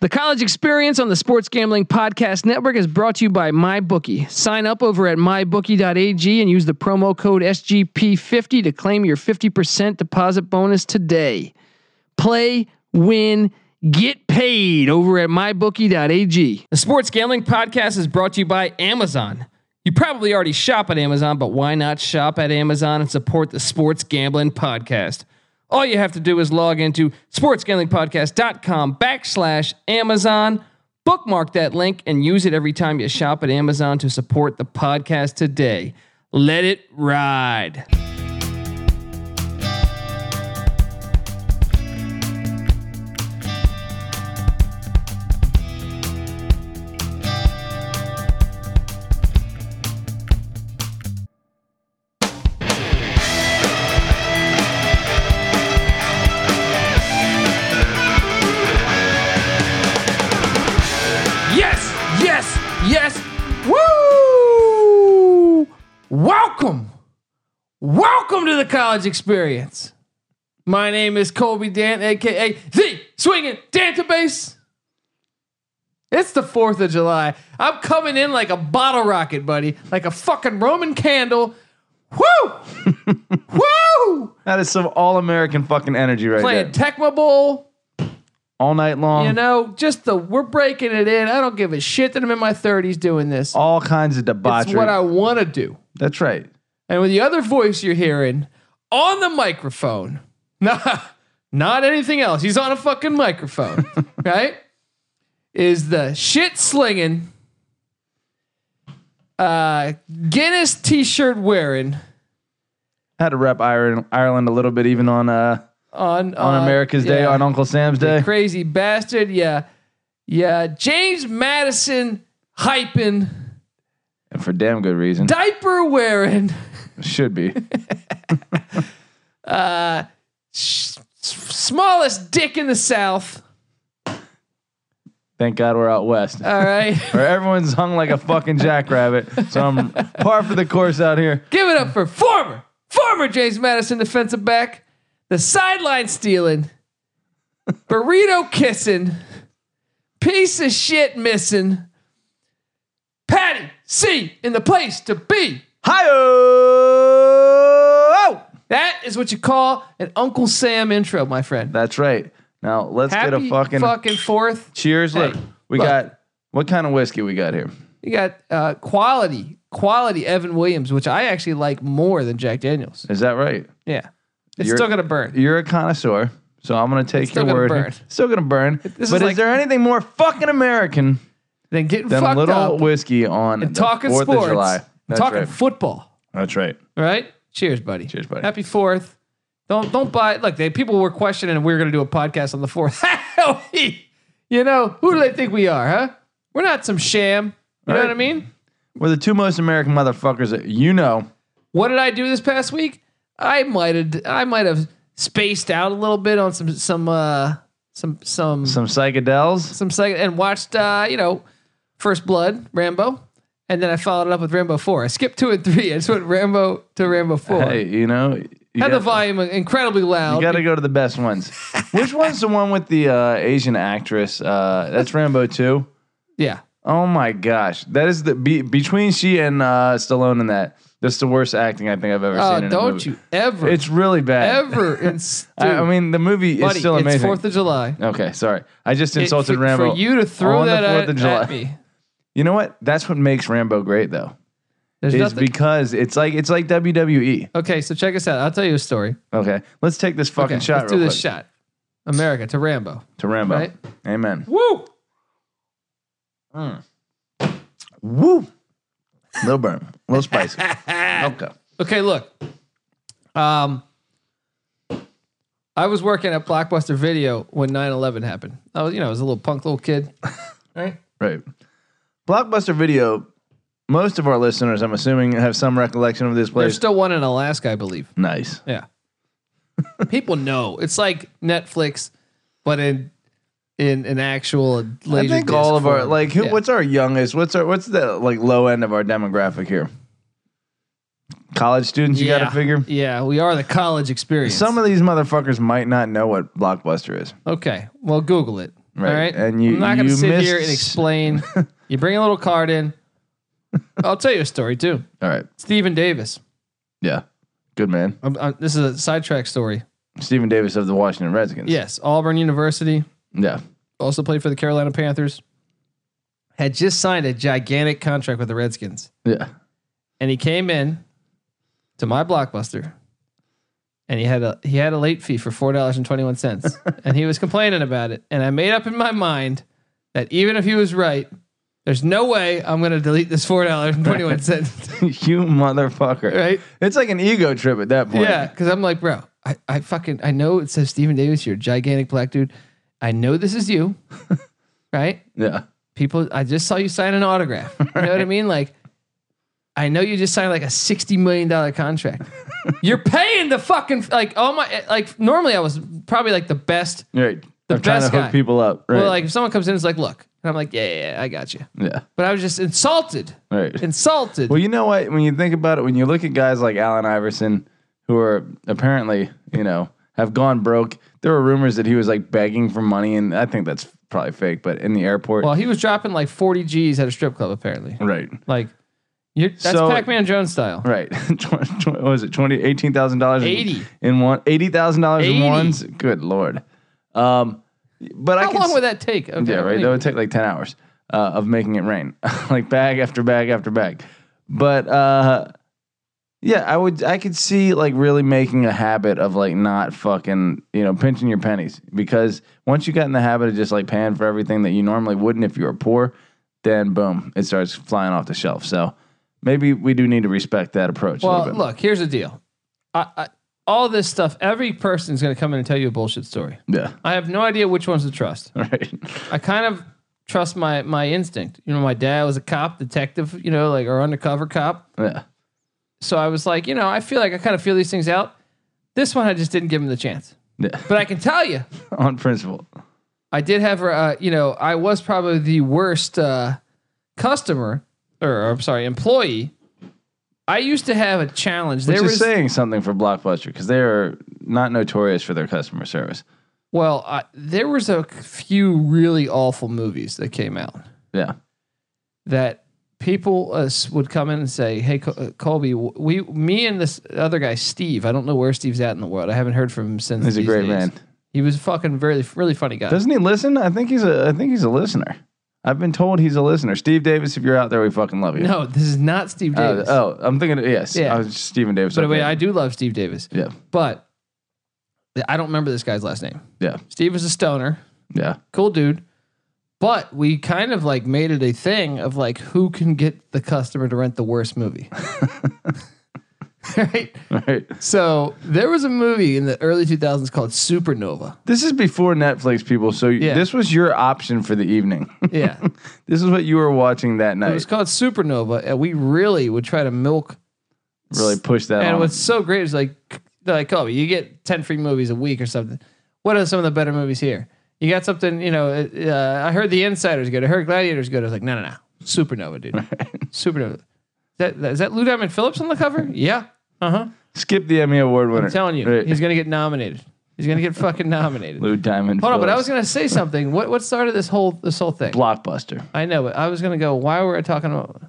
The college experience on the Sports Gambling Podcast Network is brought to you by MyBookie. Sign up over at mybookie.ag and use the promo code SGP50 to claim your 50% deposit bonus today. Play, win, get paid over at mybookie.ag. The Sports Gambling Podcast is brought to you by Amazon. You probably already shop at Amazon, but why not shop at Amazon and support the Sports Gambling Podcast? All you have to do is log into sportsgamblingpodcast.com backslash Amazon, bookmark that link, and use it every time you shop at Amazon to support the podcast today. Let it ride. Yes, yes, yes. Woo! Welcome. Welcome to the college experience. My name is Colby Dan, aka Z Swinging Dantabase. It's the 4th of July. I'm coming in like a bottle rocket, buddy, like a fucking Roman candle. Woo! Woo! That is some all American fucking energy right Playing there. Tecmo Bowl. all night long. You know, just the we're breaking it in. I don't give a shit that I'm in my 30s doing this. all kinds of debauchery. It's what I want to do. That's right. And with the other voice you're hearing on the microphone, nah, not anything else. He's on a fucking microphone, right? Is the shit slinging, uh, Guinness t shirt wearing Had to rep Ireland, Ireland a little bit, even on uh, on, on America's Day, yeah. on Uncle Sam's Day. crazy bastard. Yeah. Yeah. James Madison hyping, and for damn good reason. diaper wearing. Should be. s- smallest dick in the South. Thank God we're out west. All right. Where everyone's hung like a fucking jackrabbit. So I'm par for the course out here. Give it up for former, former James Madison defensive back, the sideline stealing, burrito kissing, piece of shit missing, Patty C in the place to be. Hi Oh! That is what you call an Uncle Sam intro, my friend. That's right. Now let's Happy get a fucking fourth. cheers. Hey, Look, we look. got what kind of whiskey we got here? You got uh, quality, quality Evan Williams, which I actually like more than Jack Daniels. Is that right? Yeah. It's You're- still gonna burn. You're a connoisseur, so I'm gonna take Still your gonna word. burn. Still gonna burn. is but like- is there anything more fucking American Then getting than a fucked little up, whiskey on the talking Fourth sports, of July? That's talking right. football. That's right. All right. Cheers, buddy. Cheers, buddy. Happy Fourth. Don't don't buy. Look, they, people were questioning if we were gonna do a podcast on the Fourth. you know who do they think we are? Huh? We're not some sham. You know Right. what I mean? We're the two most American motherfuckers that you know. What did I do this past week? I might have I might have spaced out a little bit on some some uh some some Some psychedels. some second and watched uh, you know First Blood Rambo, and then I followed it up with Rambo Four. I skipped two and three. I just went Rambo to Rambo Four. Hey, you know. You Had the got- volume incredibly You loud. gotta go to the best ones. Which one's the one with the uh, Asian actress? Uh, that's Rambo 2. yeah, Oh my gosh, that is the be, between she and uh, Stallone in that. That's the worst acting I think I've ever oh, seen. in a don't movie. you ever, It's really bad. ever, ins- I, I dude, mean, the movie buddy, is still it's amazing. Fourth of July. okay, sorry. I just It- insulted for, Rambo. for you to throw on the that 4th at, of July. at me. You know what? That's what makes Rambo great, though. There's Is nothing. because it's like it's like WWE. okay, so check us out. I'll tell you a story. Okay, let's take this fucking Okay, shot let's do real this quick shot. America to Rambo. to Rambo. right? Amen. Woo! Woo. Little burn, little spicy. okay. Okay, look. Um, I was working at Blockbuster Video when 9-11 happened. I was, you know, I was a little punk little kid, right? Right. Blockbuster Video. Most of our listeners, I'm assuming, have some recollection of this There's place. still one in Alaska, I believe. nice. Yeah. People know it's like Netflix, but in in an actual. I think all of our like who, Yeah. what's our youngest? What's our what's the like low end of our demographic here? College students, you got Yeah. to figure. Yeah, we are the college experience. Some of these motherfuckers might not know what Blockbuster is. okay, well, Google it. Right. All right. And you, I'm not going you to sit missed, here and explain. you bring a little card in. I'll tell you a story too. All right. Stephen Davis. Yeah. Good man. Um, uh, this is a sidetrack story. Stephen Davis of the Washington Redskins. Yes, Auburn University Yeah. also played for the Carolina Panthers. Had just signed a gigantic contract with the Redskins, Yeah. and he came in to my blockbuster, and he had a he had a late fee for four dollars and twenty one cents, and he was complaining about it. And I made up in my mind that even if he was right, there's no way I'm going to delete this four dollars and twenty one cents. you motherfucker. Right? It's like an ego trip at that point. Yeah, because I'm like, bro, I, I fucking I know it says Stephen Davis, you're a gigantic black dude. I know this is you, right? Yeah. People, I just saw you sign an autograph. You know what I mean? Like, I know you just signed like a sixty million dollar contract. you're paying the fucking like all my like. Normally, I was probably like the best. Right. The I'm trying to best hook guy. people up. Right. Well, like if someone comes in, it's like, look, and I'm like, yeah, yeah, yeah, I got you. yeah. But I was just insulted, Right. insulted. Well, you know what? When you think about it, when you look at guys like Allen Iverson, who are apparently, you know, have gone broke, there were rumors that he was like begging for money, and I think that's probably fake, but in the airport. well, he was dropping like forty G's at a strip club, apparently. right. Like, you're that's So- Pac-Man Jones style. Right. Tw- tw- what was it? Twenty eighteen thousand dollars Eighty. in one eighty thousand dollars in Eighty. ones? Good lord. Um but I How can long s- would that take? Okay, Yeah, right. That would take like ten hours uh, of making it rain, like bag after bag after bag. But uh, yeah, I would. I could see like really making a habit of like not fucking, you know, pinching your pennies because once you got in the habit of just like paying for everything that you normally wouldn't if you were poor, then boom, it starts flying off the shelf. So maybe we do need to respect that approach. a Well, little bit. look, here's the deal. I, I, all this stuff, every person is going to come in and tell you a bullshit story. yeah, I have no idea which ones to trust. right, I kind of trust my my instinct. You know, my dad was a cop, detective, you know, like or undercover cop. yeah, So I was like, you know, I feel like I kind of feel these things out. This one, I just didn't give him the chance. yeah. But I can tell you, on principle. I did have, uh, you know, I was probably the worst uh, customer, or, or I'm sorry, employee. I used to have a challenge. Which there is was saying something for Blockbuster because they are not notorious for their customer service. Well, I, there was a few really awful movies that came out Yeah. that people uh, s- would come in and say, "Hey, Col- uh, Colby, w- we, me and this other guy, Steve. I don't know where Steve's at in the world. I haven't heard from him since. He's a these great days. man. He was a fucking really, really funny guy. Doesn't he listen? I think he's a I think he's a listener. I've been told he's a listener. Steve Davis, if you're out there, we fucking love you. no, this is not Steve Uh, Davis. oh, I'm thinking yes. Yeah. I was just Stephen Davis. but okay. wait, I do love Steve Davis, yeah, but I don't remember this guy's last name. yeah, Steve is a stoner. yeah. cool dude. But we kind of like made it a thing of like who can get the customer to rent the worst movie. right? Right. So there was a movie in the early 2000s called Supernova. This is before Netflix, people. So Yeah. this was your option for the evening. Yeah. this is what you were watching that it night. was called Supernova. And we really would try to milk. really push that. And on. what's so great is like, they're like, oh, you get 10 free movies a week or something. What are some of the better movies here? You got something, you know, uh, I heard The Insider's good. I heard Gladiator's good. I was like, no, no, no. Supernova, dude. Supernova. That, that, is that Lou Diamond Phillips on the cover? Yeah. Uh huh. Skip the Emmy Award winner. I'm telling you, Uh-huh. Right. he's going to get nominated. He's going to get fucking nominated. Lou Diamond. Hold on, but I was Phillips. going to say something. What what started this whole this whole thing? blockbuster. I know, but I was going to go. Why were I talking about?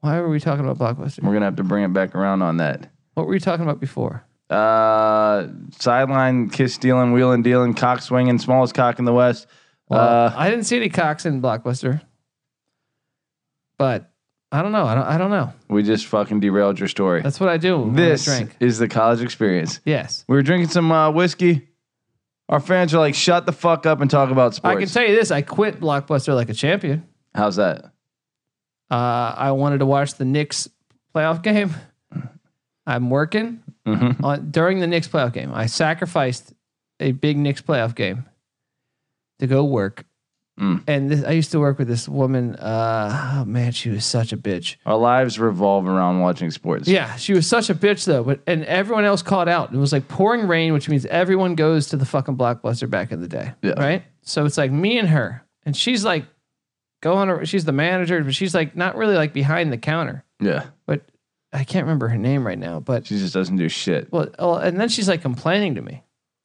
Why were we talking about blockbuster? We're gonna have to bring it back around on that. What were you talking about before? Uh, sideline kiss stealing, wheeling, dealing, cock swinging, smallest cock in the west. Well, uh, I didn't see any cocks in blockbuster, but I don't know. I don't. I don't know. we just fucking derailed your story. That's what I do. When This I drink. is the college experience. Yes. We were drinking some uh, whiskey. Our fans are like, "Shut the fuck up and talk about sports." I can tell you this. I quit blockbuster like a champion. How's that? Uh, I wanted to watch the Knicks playoff game. I'm working Mhm. on, during the Knicks playoff game. I sacrificed a big Knicks playoff game to go work. Mm. And this, I used to work with this woman. Uh, oh man, she was such a bitch. Our lives revolve around watching sports. Yeah, she was such a bitch though. But and everyone else called out. It was like pouring rain, which means everyone goes to the fucking blockbuster back in the day. Yeah. Right. So it's like me and her, and she's like going. ar- She's the manager, but she's like not really like behind the counter yeah. but I can't remember her name right now. But She just doesn't do shit. well, oh, and then she's like complaining to me,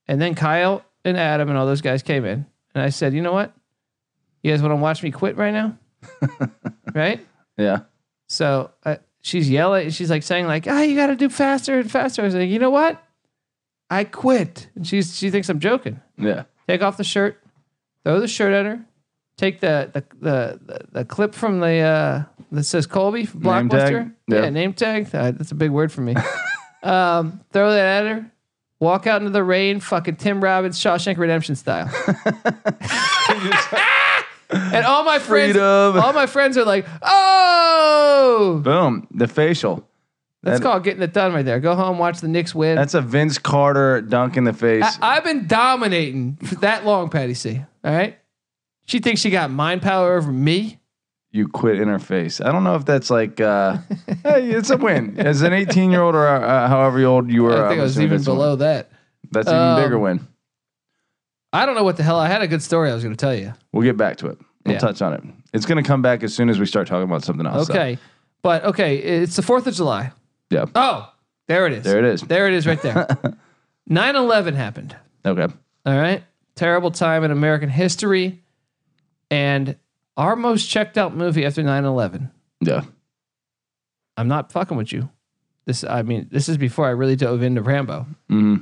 and then Kyle and Adam and all those guys came in, and I said, you know what? You guys want to watch me quit right now? right? Yeah. So uh, she's yelling. She's like saying like, ah, you got to do faster and faster. I was like, you know what? I quit. And she's, she thinks I'm joking. Yeah. Take off the shirt, throw the shirt at her, take the the the, the, the clip from the uh, that says Colby from Name Blockbuster. tag? Yeah. Yeah. name tag. Uh, that's a big word for me. um, throw that at her. Walk out into the rain, fucking Tim Robbins, Shawshank Redemption style. and all my friends, Freedom. all my friends are like, "Oh, Boom. The facial. that's That- called getting it done right there." Go home, watch the Knicks win. That's a Vince Carter dunk in the face. I, have been dominating for that long, Patty C. All right. She thinks she got mind power over me. you quit in her face. I don't know if that's like, uh, hey, it's a win. As an 18 year old or uh, however old you were, I think I'm I was assuming even that's a win. below that. That's an even Um, bigger win. I don't know what the hell. I had a good story I was going to tell you. We'll get back to it. We'll Yeah. touch on it. It's going to come back as soon as we start talking about something else. though. Okay. But okay, it's the 4th of July. Yeah. Oh, there it is. There it is. There it is right there. 9 11 happened. Okay. All right. Terrible time in American history. And our most checked out movie after 9 11. Yeah. I'm not fucking with you. This, I mean, this is before I really dove into Rambo. hmm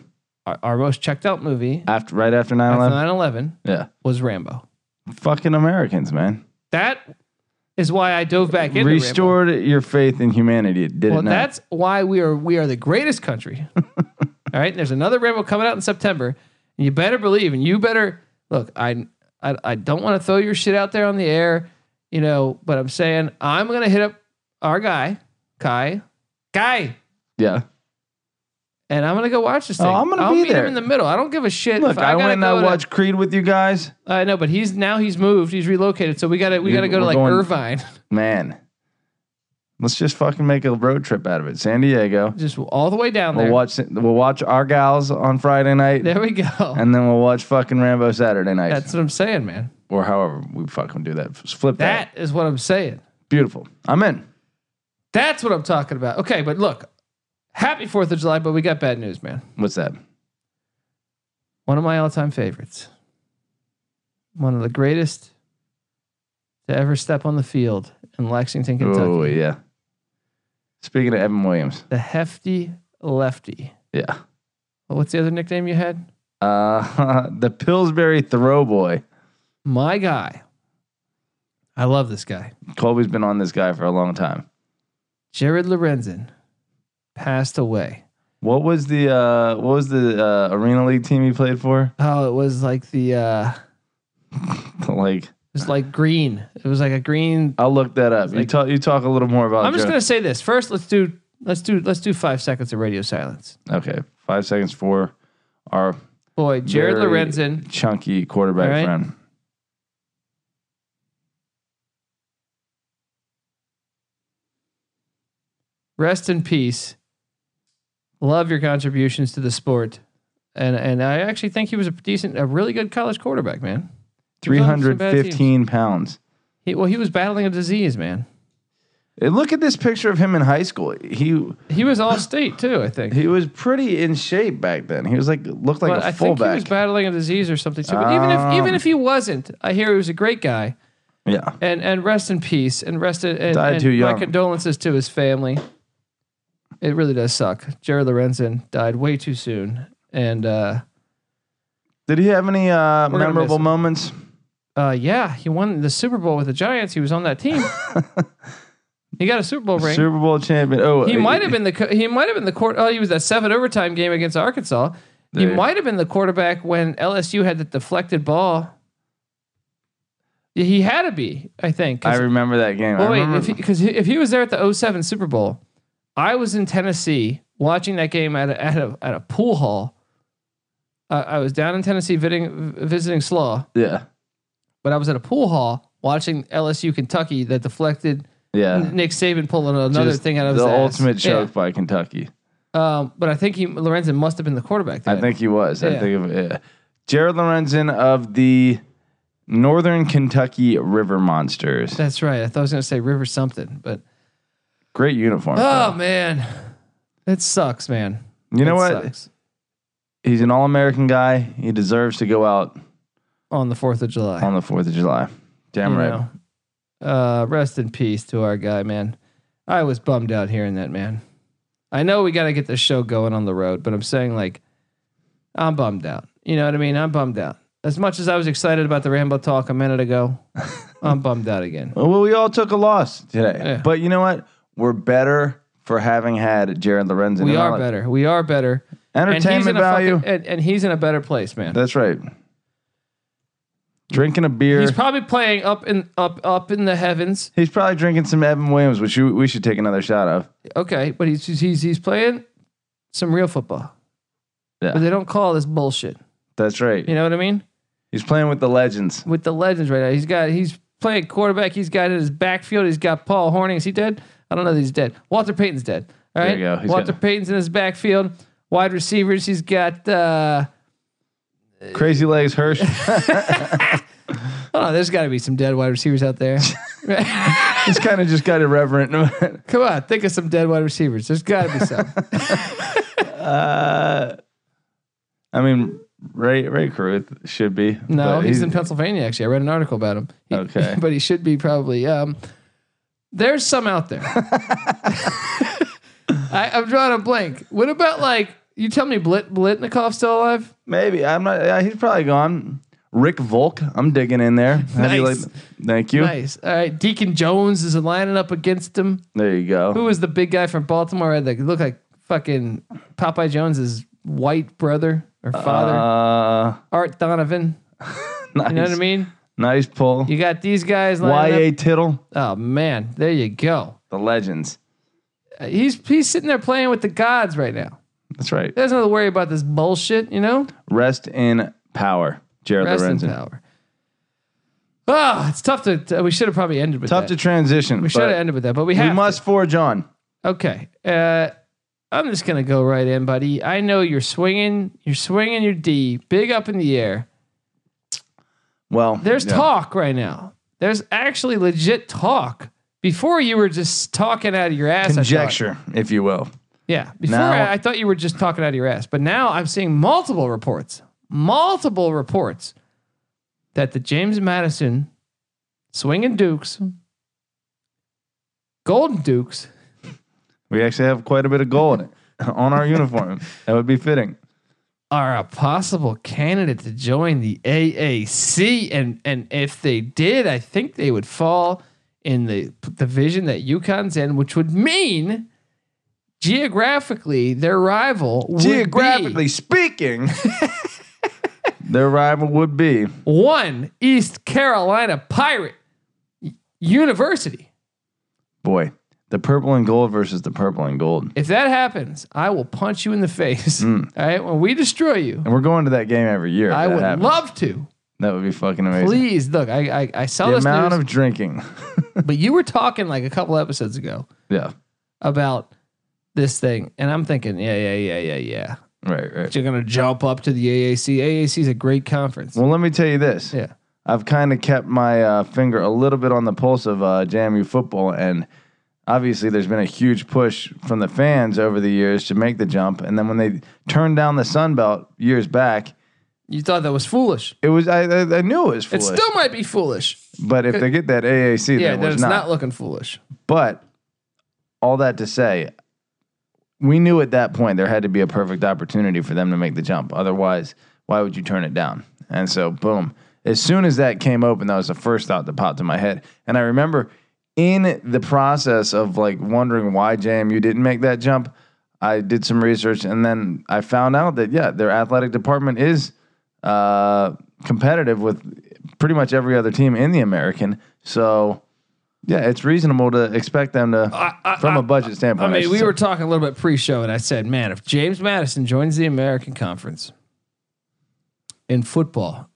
Our, our most checked out movie After, right after 9 after 11. 9 11 Yeah. was Rambo. Fucking Americans, man. That is why I dove back into Rambo. Restored your faith in humanity. It did Well, it not. that's why we are we are the greatest country. All right, and there's another Rambo coming out in September, and you better believe, and you better look. I I, I don't want to throw your shit out there on the air, you know, but I'm saying I'm gonna hit up our guy, Kai, Kai, yeah. and I'm gonna go watch this Oh, thing. I'm gonna I'll be meet there. him in the middle. I don't give a shit. Look, I, gotta went and I go to- watched Creed with you guys. I know, but he's now he's moved. He's relocated, so we gotta we You- gotta go to we're like going- Irvine. Man, let's just fucking make a road trip out of it. San Diego. Just all the way down We'll there. watch. We'll watch our gals on Friday night, There we go. and then we'll watch fucking Rambo Saturday night, That's what I'm saying, man. or however we fucking do that. Just flip that. That is what I'm saying. Beautiful. I'm in. That's what I'm talking about. Okay, but look, happy Fourth of July, but we got bad news, man. What's that? One of my all-time favorites, one of the greatest to ever step on the field in Lexington, Kentucky. Oh yeah. Speaking of Evan Williams, The hefty lefty. yeah. Well, what's the other nickname you had? Uh, the Pillsbury Throw Boy. My guy. I love this guy. Colby's been on this guy for a long time. Jared Lorenzen passed away. What was the uh, what was the uh, Arena League team he played for? Oh, it was like the uh like it was like green. It was like a green I'll look that up. you Like- talk. You talk a little more about. I'm just Joe- gonna say this first. Let's do let's do let's do five seconds of radio silence. Okay, five seconds for our Boy, Jared Very- Lorenzen. chunky quarterback All right. friend. rest in peace. Love your contributions to the sport, and and I actually think he was a decent, a really good college quarterback, man. He Three was on some hundred bad teams. fifteen pounds. He, well, he was battling a disease, man. And look at this picture of him in high school. He He was all state too, I think. he was pretty in shape back then. He was like looked like but a I think he fullback. was battling a disease or something too. But even if even Um. if he wasn't, I hear he was a great guy. yeah, And and rest in peace. And rest in, and, Died and too My young. condolences to his family. It really does suck. Jared Lorenzen died way too soon, and uh, did he have any uh, We're gonna miss memorable him. moments? uh, yeah, he won the Super Bowl with the Giants. He was on that team. he got a Super Bowl ring. Super Bowl champion. Oh, he might have been the co- he might have been the court. Oh, he was that seven overtime game against Arkansas. He Dude. might have been the quarterback when LSU had the deflected ball. Yeah, He had to be, I think. 'cause I remember that game. Well, I wait, remember, if because if he was there at the 07 Super Bowl, I was in Tennessee watching that game at a, at a, at a pool hall. Uh, I was down in Tennessee visiting, visiting Slaw, yeah, but I was at a pool hall watching LSU Kentucky that deflected yeah. Nick Saban pulling another Just thing out of the his ass. ultimate Yeah. choke by Kentucky. Um, but I think he Lorenzen must have been the quarterback. Then. I think he was. Yeah. I think of yeah. Jared Lorenzen of the Northern Kentucky River Monsters. that's right. I thought I was going to say River something, but Great uniform. oh man, that sucks, man. Uh, you know That what? sucks. He's an all American guy. He deserves to go out on the 4th of July. on the Fourth of July. Damn you right. know. Uh, rest in peace to our guy, man. I was bummed out hearing that, man. I know we got to get this show going on the road, but I'm saying like, I'm bummed out. You know what I mean? I'm bummed out. As much as I was excited about the Rambo talk a minute ago, I'm bummed out again. Well, we all took a loss today, Yeah. but you know what? We're better for having had Jared Lorenzen. We And all are that better. We are better. And he's in Entertainment a value. fucking- and, and he's in a better place, man. That's right. Drinking a beer. He's probably playing up in up up in the heavens. He's probably drinking some Evan Williams, which you, we should take another shot of. Okay, but he's he's he's playing some real football. Yeah. But they don't call this bullshit. That's right. You know what I mean? He's playing with the legends. with the legends right now. He's got he's playing quarterback. He's got in his backfield. He's got Paul Horning. Is he dead? I don't know. that He's dead. Walter Payton's dead. All There right. you go. He's Walter got- Payton's in his backfield. Wide receivers. He's got. uh Crazy legs, Hirsch. Oh, no, there's got to be some dead wide receivers out there. He's kind of just got irreverent. Come on, think of some dead wide receivers. There's got to be some. I mean, Ray Ray Caruth should be. No, but he's, in Pennsylvania. Actually, I read an article about him. He- Okay. but he should be probably. Um, there's some out there. I, I'm drawing a blank. What about like you tell me Blit, Blitnikoff's still alive? Maybe I'm not. Yeah, he's probably gone. Rick Volk, I'm digging in there. How do you Nice. like- thank you. Nice. All right. Deacon Jones is lining up against him. There you go. Who was the big guy from Baltimore that looked like fucking Popeye Jones's white brother or father? Uh, Art Donovan. nice, You know what I mean? nice pull. You got these guys lining Y.A. up. Tittle, Oh man, there you go. the legends. Uh, He's he's sitting there playing with the gods right now. That's right. He doesn't have to worry about this bullshit, you know? Rest in power, Jared Rest in Lorenzen. power. Oh, it's tough to. t- we should have probably ended with Tough to that. transition. we should have ended with that, but we have. We to. must forge on. Okay. Uh, I'm just gonna go right in, buddy. I know you're swinging. You're swinging your D big up in the air. Well, There's yeah. talk right now. There's actually legit talk. Before you were just talking out of your ass. I thought. conjecture, if you will. Yeah. Before Now- I, I thought you were just talking out of your ass, but now I'm seeing multiple reports, multiple reports that the James Madison swinging Dukes, Golden Dukes, We actually have quite a bit of gold on our uniform. That would be fitting. are a possible candidate to join the AAC, and and if they did, I think they would fall in the p- division that UConn's in, which would mean geographically their rival would Geographically speaking, their rival would be be one East Carolina Pirate U- University. boy the purple and gold versus the purple and gold. If that happens, I will punch you in the face. All right, when we destroy you, And we're going to that game every year. if I Hmm. that would happens. love to. that would be fucking amazing. Please look, I I, I saw the this amount news, of drinking. but you were talking like a couple episodes ago. yeah. about this thing. And I'm thinking, yeah, yeah, yeah, yeah, yeah. Right, right. You're going to jump up to the AAC. AAC is a great conference. Well, let me tell you this. Yeah. I've kind of kept my uh, finger a little bit on the pulse of uh, JMU football, and obviously there's been a huge push from the fans over the years to make the jump. And then when they turned down the Sun Belt years back, You thought that was foolish. it was I, I, I knew it was It foolish. still might be foolish. but if they get that AAC, Yeah, then it that was it's not. not looking foolish. But all that to say, we knew at that point there had to be a perfect opportunity for them to make the jump. Otherwise, why would you turn it down? And so, boom. As soon as that came open, that was the first thought that popped in my head. And I remember in the process of like wondering why JMU didn't make that jump, I did some research and then I found out that, yeah, their athletic department is uh, competitive with pretty much every other team in the American. So, yeah, it's reasonable to expect them to, from a budget I standpoint. mean, should we say. were talking a little bit pre show, and I said, man, if James Madison joins the American Conference in football,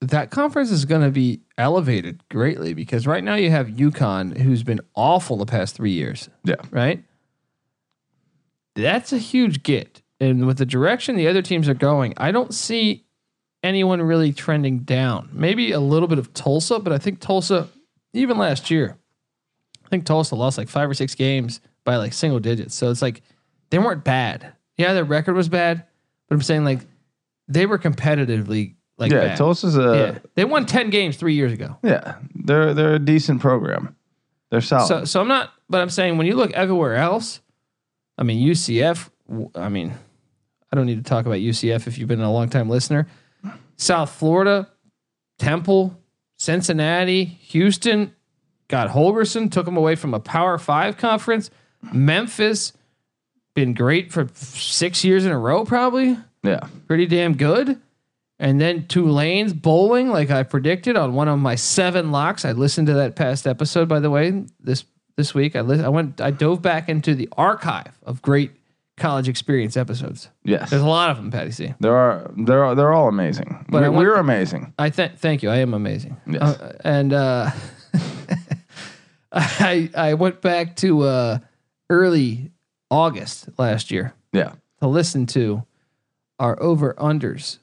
that conference is going to be elevated greatly because right now you have UConn, who's been awful the past three years. yeah. right? That's a huge get. And with the direction the other teams are going, I don't see anyone really trending down. Maybe a little bit of Tulsa, but I think Tulsa, even last year, I think Tulsa lost like five or six games by like single digits. So it's like they weren't bad. Yeah, their record was bad, but I'm saying like they were competitively like yeah, bad. Tulsa's yeah. a They won ten games three years ago. yeah. They're they're a decent program. They're solid. So so I'm not, but I'm saying when you look everywhere else, I mean UCF. w- I mean, I don't need to talk about UCF if you've been a long time listener. South Florida, Temple, Cincinnati, Houston, got Holgerson, took him away from a Power Five conference. Memphis, been great for six years in a row, probably yeah, pretty damn good. And then Tulane's bowling, like I predicted on one of my seven locks. I listened to that past episode, by the way. This this week, I li- I went, I dove back into the archive of great college experience episodes. yes. There's a lot of them, Patty C. There are they're all- they're all amazing. But I we're, want we're the- amazing. I thank thank you. I am amazing. Yes. Uh, and uh, I I went back to uh, early August last year Yeah. to listen to our over unders,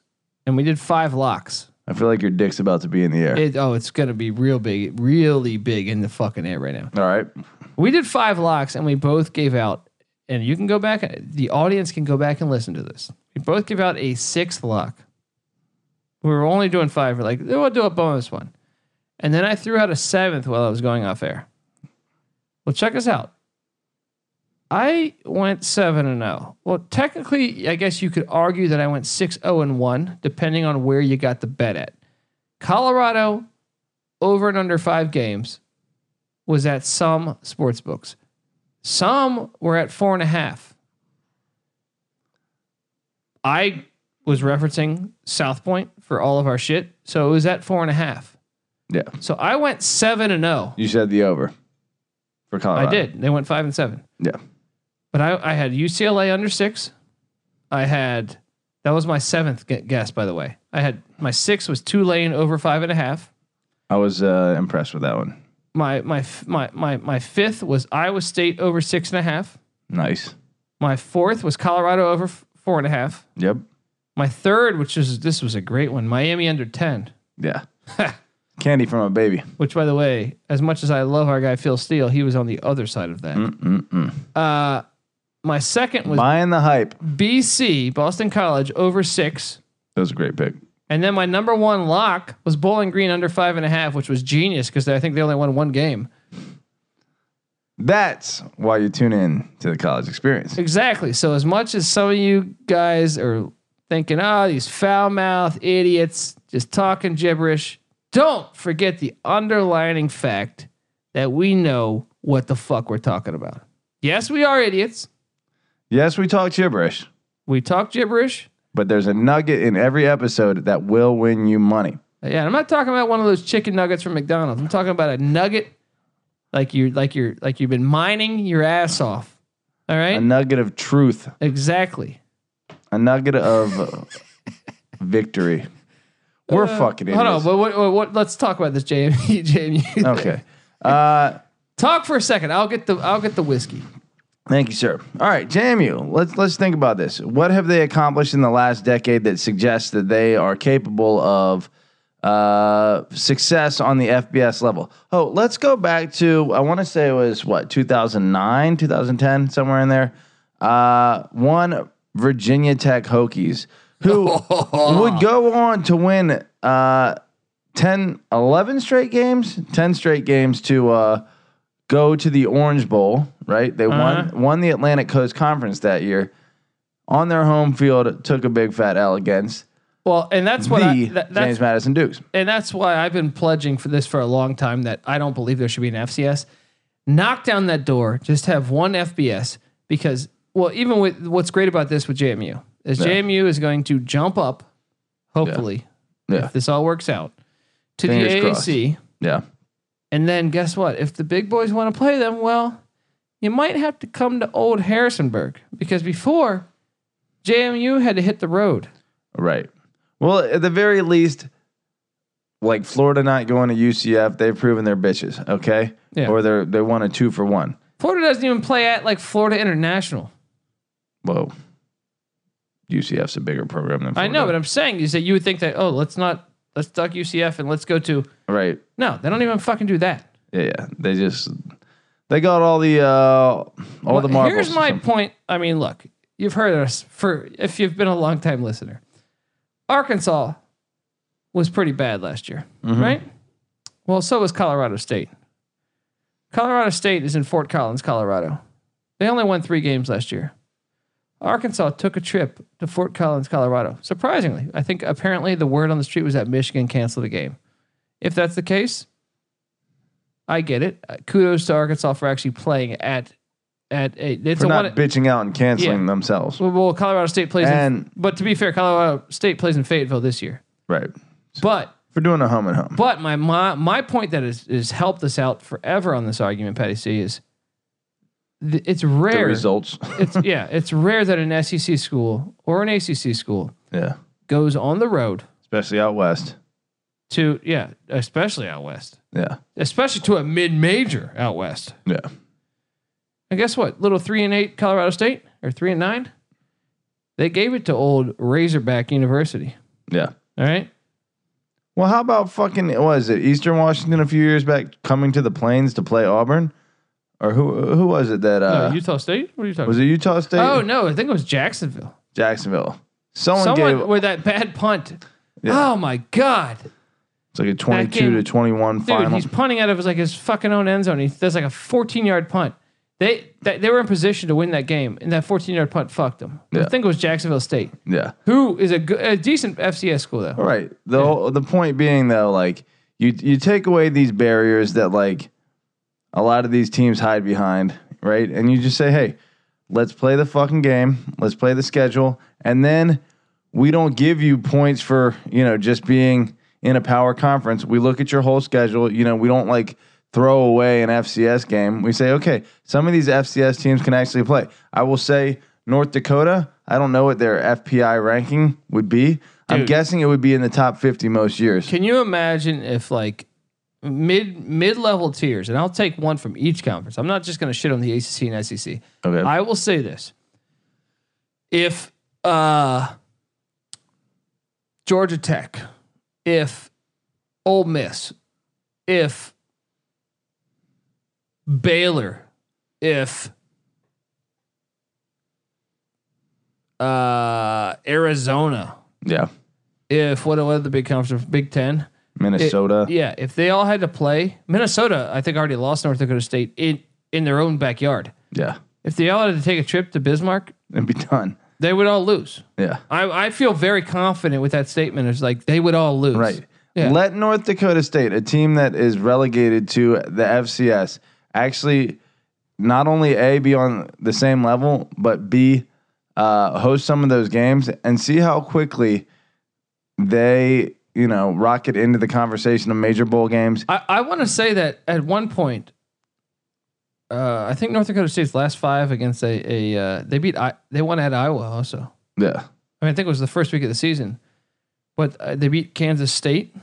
and we did five locks. I feel like your dick's about to be in the air. It, oh, it's gonna be real big, really big in the fucking air right now. all right. We did five locks and we both gave out, and you can go back. The audience can go back and listen to this. We both gave out a sixth lock. We were only doing five. We're like, "Eh, we'll do a bonus one, and then I threw out a seventh while I was going off air. Well, check us out. I went seven and zero. Well, technically, I guess you could argue that I went six zero and one, depending on where you got the bet at. Colorado over and under five games was at some sports books. Some were at four and a half. I was referencing South Point for all of our shit, so it was at four and a half. Yeah. So I went seven and zero. You said the over for Colorado. I did. They went five and seven. Yeah. But I, I had UCLA under six. I had that was my seventh gu- guess, by the way. I had my six was Tulane over five and a half. I was uh, impressed with that one. My my f- my my my fifth was Iowa State over six and a half. Nice. My fourth was Colorado over f- four and a half. Yep. My third, which is this was a great one, Miami under ten. Yeah. Candy from a baby. Which, by the way, as much as I love our guy Phil Steele, he was on the other side of that. Uh, my second was Buying the hype. BC Boston College over six, That was a great pick. and then my number one lock was Bowling Green under five and a half, which was genius because I think they only won one game. That's why you tune in to the college experience. Exactly. So as much as some of you guys are thinking, oh, these foul mouth idiots just talking gibberish, don't forget the underlining fact that we know what the fuck we're talking about. Yes, we are idiots. Yes, we talk gibberish, We talk gibberish. but there's a nugget in every episode that will win you money. Yeah, I'm not talking about one of those chicken nuggets from McDonald's. I'm talking about a nugget like you like you're like you've been mining your ass off. All A right? nugget of truth, Exactly. a nugget of victory. We're fucking Uh, Hold on, idiots. but what, what, what, let's talk about this JMU. JMU. Okay. Uh, Talk for a second. I'll get the I'll get the whiskey. Thank you, sir. All right, JMU. Let's let's think about this. What have they accomplished in the last decade that suggests that they are capable of uh, success on the FBS level? Oh, let's go back to I want to say it was what 2009, 2010, somewhere in there. Uh, one Virginia Tech Hokies who would go on to win uh, 10, 11 straight games, ten straight games to. Uh, go to the Orange Bowl, right? They Uh-huh. won won the Atlantic Coast Conference that year. On their home field, took a big fat L against Well, and that's what the I, that, that's James Madison Dukes. and that's why I've been pledging for this for a long time that I don't believe there should be an FCS. Knock down that door. Just have one FBS because well, even with what's great about this with JMU is JMU is going to jump up, hopefully, Yeah. if this all works out to the Fingers crossed. AAC. Yeah, And then guess what? If the big boys want to play them, well, you might have to come to old Harrisonburg because before JMU had to hit the road. right. Well, at the very least, like Florida not going to UCF, they've proven they're bitches, okay? Yeah. Or they're they won a two for one. Florida doesn't even play at like Florida International. Whoa. UCF's a bigger program than I Florida. know, but I'm saying is that you would think that oh, let's not let's duck UCF and let's go to right. no, they don't even fucking do that. Yeah, yeah. They just they got all the uh all the Well, marbles. Here's my point. I mean, look, you've heard us for if you've been a long time listener. Arkansas was pretty bad last year, Mm-hmm. right? Well, so was Colorado State. Colorado State is in Fort Collins, Colorado. They only won three games last year. Arkansas took a trip to Fort Collins, Colorado. Surprisingly, I think apparently the word on the street was that Michigan canceled the game. If that's the case, I get it. Uh, Kudos to Arkansas for actually playing at at a. It's for a not one, bitching out and canceling Yeah. themselves. well, well, Colorado State plays, in, And- but to be fair, Colorado State plays in Fayetteville this year. Right. But For doing a home and home. but my my, my point that has has helped us out forever on this argument, Patty C, is th- it's The rare. results. it's yeah, it's rare that an SEC school or an ACC school yeah. goes on the road Especially out west. to yeah, especially out west, Yeah. especially to a mid major out west. Yeah. And guess what? Little three and eight Colorado State or three and nine, they gave it to old Razorback University. Yeah. All right. Well, how about fucking was it Eastern Washington a few years back coming to the plains to play Auburn, or who who was it that uh, no, Utah State? What are you talking was it Utah State? about? Oh no, I think it was Jacksonville. Jacksonville. Someone, Someone gave with that bad punt. Yeah. Oh my god. it's like a twenty-two game- to twenty-one Dude, final. he's punting out of his like his fucking own end zone. He does like a 14 yard punt. They that, they were in position to win that game, and that 14 yard punt fucked them. I Yeah. think it was Jacksonville State, Yeah, who is a, good, a decent FCS school though. all right. The whole- the point being though, like you you take away these barriers that like a lot of these teams hide behind, right? And you just say, hey, let's play the fucking game, let's play the schedule, and then we don't give you points for you know just being in a power conference. We look at your whole schedule. You know, we don't like throw away an FCS game. We say, okay, some of these FCS teams can actually play. I will say North Dakota. I don't know what their FPI ranking would be. I'm Dude. guessing it would be in the top 50 most years. Can you imagine if like mid mid level tiers, and I'll take one from each conference. I'm not just going to shit on the ACC and E SEC. Okay. I will say this: if uh, Georgia Tech, if Ole Miss, if Baylor, if uh, Arizona, yeah. if what what are the big conference? Big Ten. It- Minnesota. yeah, if they all had to play, Minnesota, I think already lost North Dakota State in in their own backyard. yeah. If they all had to take a trip to Bismarck, And be done. they would all lose. Yeah. I, I feel very confident with that statement. It's like they would all lose. Right. Yeah. Let North Dakota State, a team that is relegated to the FCS, actually not only A, be on the same level, but B, uh, host some of those games and see how quickly they, you know, rocket into the conversation of major bowl games. I, I want to say that at one point, uh, I think North Dakota State's last five against a, a uh, they beat I, they won at Iowa also. Yeah. I mean, I think it was the first week of the season, but uh, they beat Kansas State.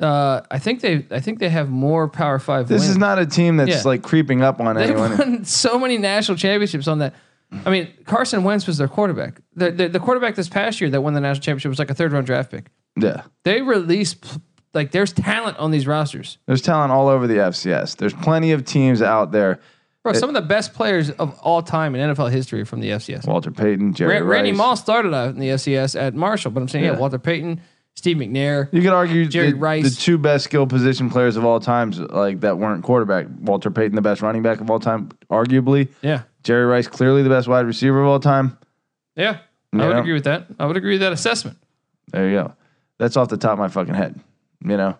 Uh, I think they I think they have more Power Five. This wins. is not a team that's Yeah. like creeping up on They anyone. won so many national championships on that. I mean, Carson Wentz was their quarterback. The, the, the quarterback this past year that won the national championship was like a third round draft pick. Yeah. They release p- like there's talent on these rosters. There's talent all over the FCS. There's plenty of teams out there. Bro, some of the best players of all time in NFL history are from the FCS. Walter Payton, Jerry Ra- Randy Rice. Moss started out in the FCS at Marshall, but I'm saying yeah, Yeah. Walter Payton, Steve McNair. You could argue Jerry the, Rice. the two best skill position players of all times, like that weren't quarterback. Walter Payton, the best running back of all time, arguably. Yeah, Jerry Rice, clearly the best wide receiver of all time. yeah, I You would know? agree with that. I would agree with that assessment. There you go. That's off the top of my fucking head. You know,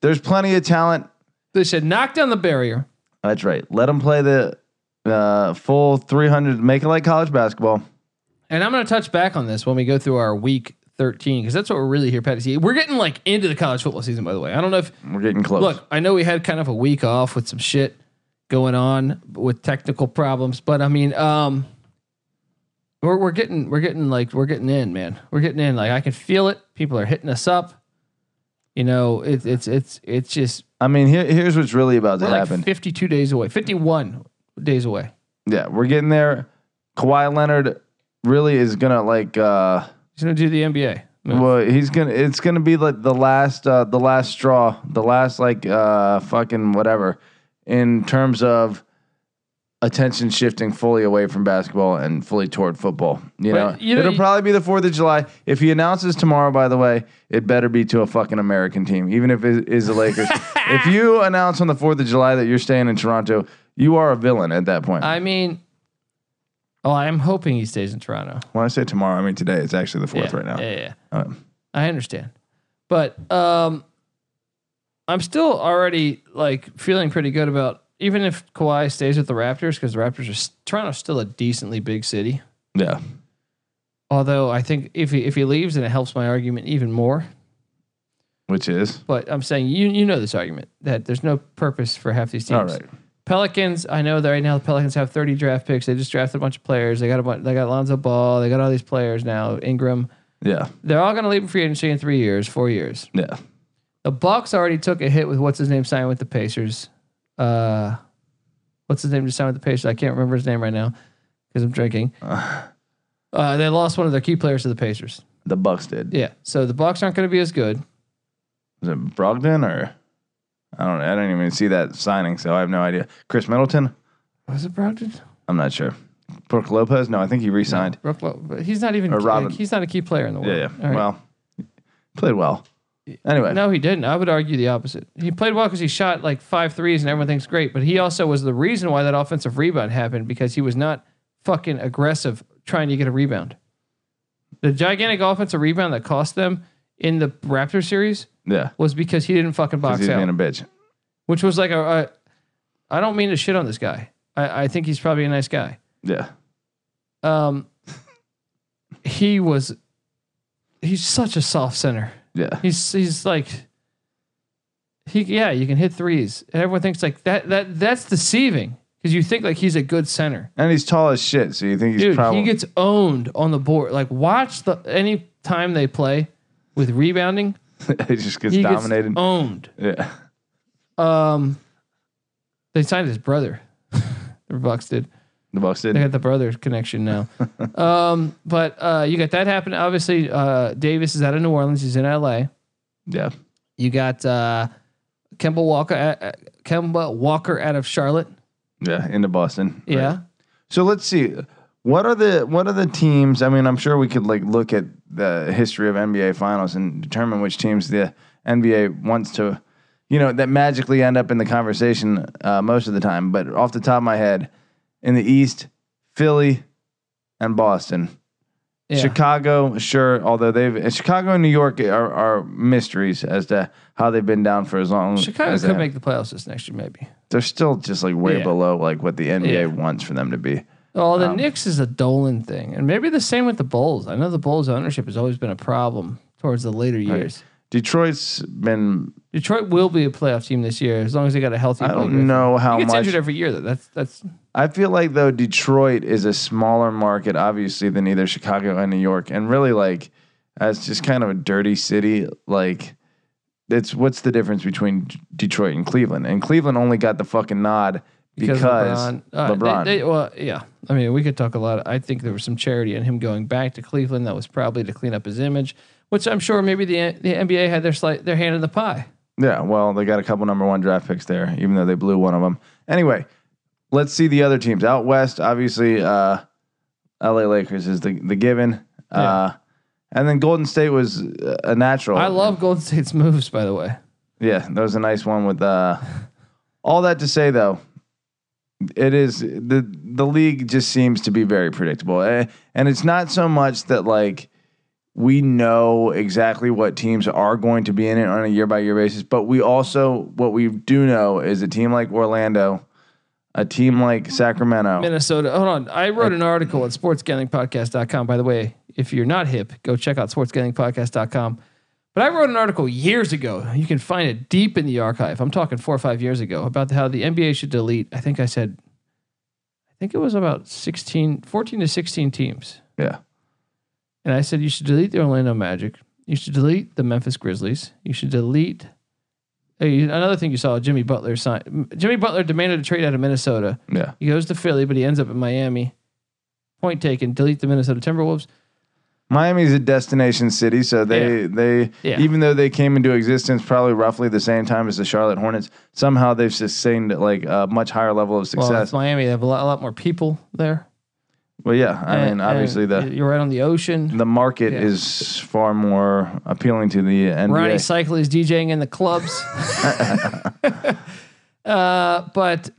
there's plenty of talent. They said knock down the barrier. That's right. Let them play the uh, full 300, make it like college basketball. And I'm going to touch back on this when we go through our week 13 because that's what we're really here, Patty. C. We're getting like into the college football season, by the way. I don't know if We're getting close. look. I know we had kind of a week off with some shit going on with technical problems, but I mean, um, we're we're getting we're getting like we're getting in, man. We're getting in. Like I can feel it. People are hitting us up. You know, it's it's it's it's just I mean, here, here's what's really about to we're like happen. 52 days away, 51 days away. yeah, we're getting there. Kawhi Leonard really is going to like. Uh, He's gonna do the NBA. Well, he's gonna. It's gonna be like the last, uh, the last straw, the last like uh, fucking whatever, in terms of attention shifting fully away from basketball and fully toward football. You know, But, you know, it'll you- probably be the Fourth of July. If he announces tomorrow, by the way, it better be to a fucking American team, even if it is the Lakers. if you announce on the Fourth of July that you're staying in Toronto, you are a villain at that point. I mean, oh, I'm hoping he stays in Toronto. when I say tomorrow, I mean today. It's actually the fourth yeah, right now. Yeah, yeah. Um, I understand. But um I'm still already like feeling pretty good about even if Kawhi stays with the Raptors because the Raptors are s- Toronto's still a decently big city. yeah. Although I think if he if he leaves, then it helps my argument even more. Which is But I'm saying you you know this argument that there's no purpose for half these teams. all right. Pelicans, I know that right now the Pelicans have 30 draft picks. They just drafted a bunch of players. They got a bunch, they got Lonzo Ball. They got all these players now. Ingram. Yeah. They're all going to leave in free agency in three years, four years. Yeah. The Bucks already took a hit with what's his name signing with the Pacers. Uh, what's his name just signed with the Pacers? I can't remember his name right now because I'm drinking. Uh, they lost one of their key players to the Pacers. The Bucks did. Yeah, so the Bucks aren't going to be as good. Is it Brogdon or I don't know. I didn't even see that signing, so I have no idea. Chris Middleton? Was it Brogdon? I'm not sure. Brooke Lopez? No, I think he re-signed. Brooke Lo- but he's not even. Or key- Robin. He's not a key player in the Yeah, world. yeah. All right. Well, played well. Anyway, No, he didn't. I would argue the opposite. He played well because he shot like five threes and everyone thinks great, but he also was the reason why that offensive rebound happened because he was not fucking aggressive trying to get a rebound. The gigantic offensive rebound that cost them in the Raptor series yeah. was because he didn't fucking 'cause box He's out, being a bitch. which was like a, a. I don't mean to shit on this guy. I, I think he's probably a nice guy. Yeah. Um, he was. He's such a soft center. Yeah. He's he's like he yeah, you can hit threes. And everyone thinks like that that that's deceiving because you think like he's a good center. And he's tall as shit, so you think he's Dude, probably he gets owned on the board. Like watch the any time they play with rebounding, he just gets he dominated. gets owned. yeah. Um they signed his brother. the Bucks did. The Bucks did. They got the brother connection now. um but uh you got that happen. Obviously, uh Davis is out of New Orleans, he's in LA. Yeah. You got uh, Kemba Walker, uh, uh, Kemba Walker out of Charlotte. Yeah. Into Boston. Right. Yeah, So let's see. What are the what are the teams? I mean, I'm sure we could like look at the history of NBA finals and determine which teams the NBA wants to, you know, that magically end up in the conversation uh, most of the time. But off the top of my head, in the East, Philly and Boston, yeah. Chicago, sure. Although they've and Chicago and New York are, are mysteries as to how they've been down for as long. Chicago as they could have. make the playoffs this next year, maybe. They're still just like way Yeah. below like what the NBA Yeah. wants for them to be. Oh, the Um, Knicks is a Dolan thing, and maybe the same with the Bulls. I know the Bulls ownership has always been a problem towards the later years. Detroit's been Detroit will be a playoff team this year as long as they got a healthy. I Blake don't Griffin. know how He gets much. injured every year though. That's that's I feel like though Detroit is a smaller market, obviously, than either Chicago and New York, and really like as just kind of a dirty city. Like, it's what's the difference between D- Detroit and Cleveland? And Cleveland only got the fucking nod because, LeBron. uh, LeBron. They, they, well, yeah. I mean, we could talk a lot. I think there was some charity in him going back to Cleveland that was probably to clean up his image, which I'm sure maybe the the NBA had their slight their hand in the pie. yeah, well, they got a couple number one draft picks there, even though they blew one of them. Anyway, let's see the other teams out west. Obviously, uh, L.A. Lakers is the the given. Uh, and then Golden State was uh, a natural. I love Golden State's moves, by the way. Yeah, that was a nice one with uh all that to say though. It is the the league just seems to be very predictable. Eh, And it's not so much that like we know exactly what teams are going to be in it on a year by year basis, but we also what we do know is a team like Orlando, a team like Sacramento. Minnesota. Hold on. I wrote an article at sportsgamblingpodcast.com. By the way, if you're not hip, go check out sportsgamblingpodcast.com. But I wrote an article years ago. You can find it deep in the archive. I'm talking four or five years ago about how the NBA should delete, I think I said, I think it was about 16, 14 to 16 teams. Yeah. And I said, you should delete the Orlando Magic. You should delete the Memphis Grizzlies. You should delete. Hey, Another thing you saw, Jimmy Butler sign. Jimmy Butler demanded a trade out of Minnesota. Yeah. He goes to Philly, but he ends up in Miami. Point taken. Delete the Minnesota Timberwolves. Miami's a destination city, so they they Yeah. even though they came into existence probably roughly the same time as the Charlotte Hornets, somehow they've sustained like a much higher level of Well, success. it's Miami. They have a lot, a lot more people there. well, yeah, I mean, And- obviously and the you're right on the ocean. the market Yeah. is far more appealing to the NBA. Ronnie Cycle is DJing in the clubs. uh, but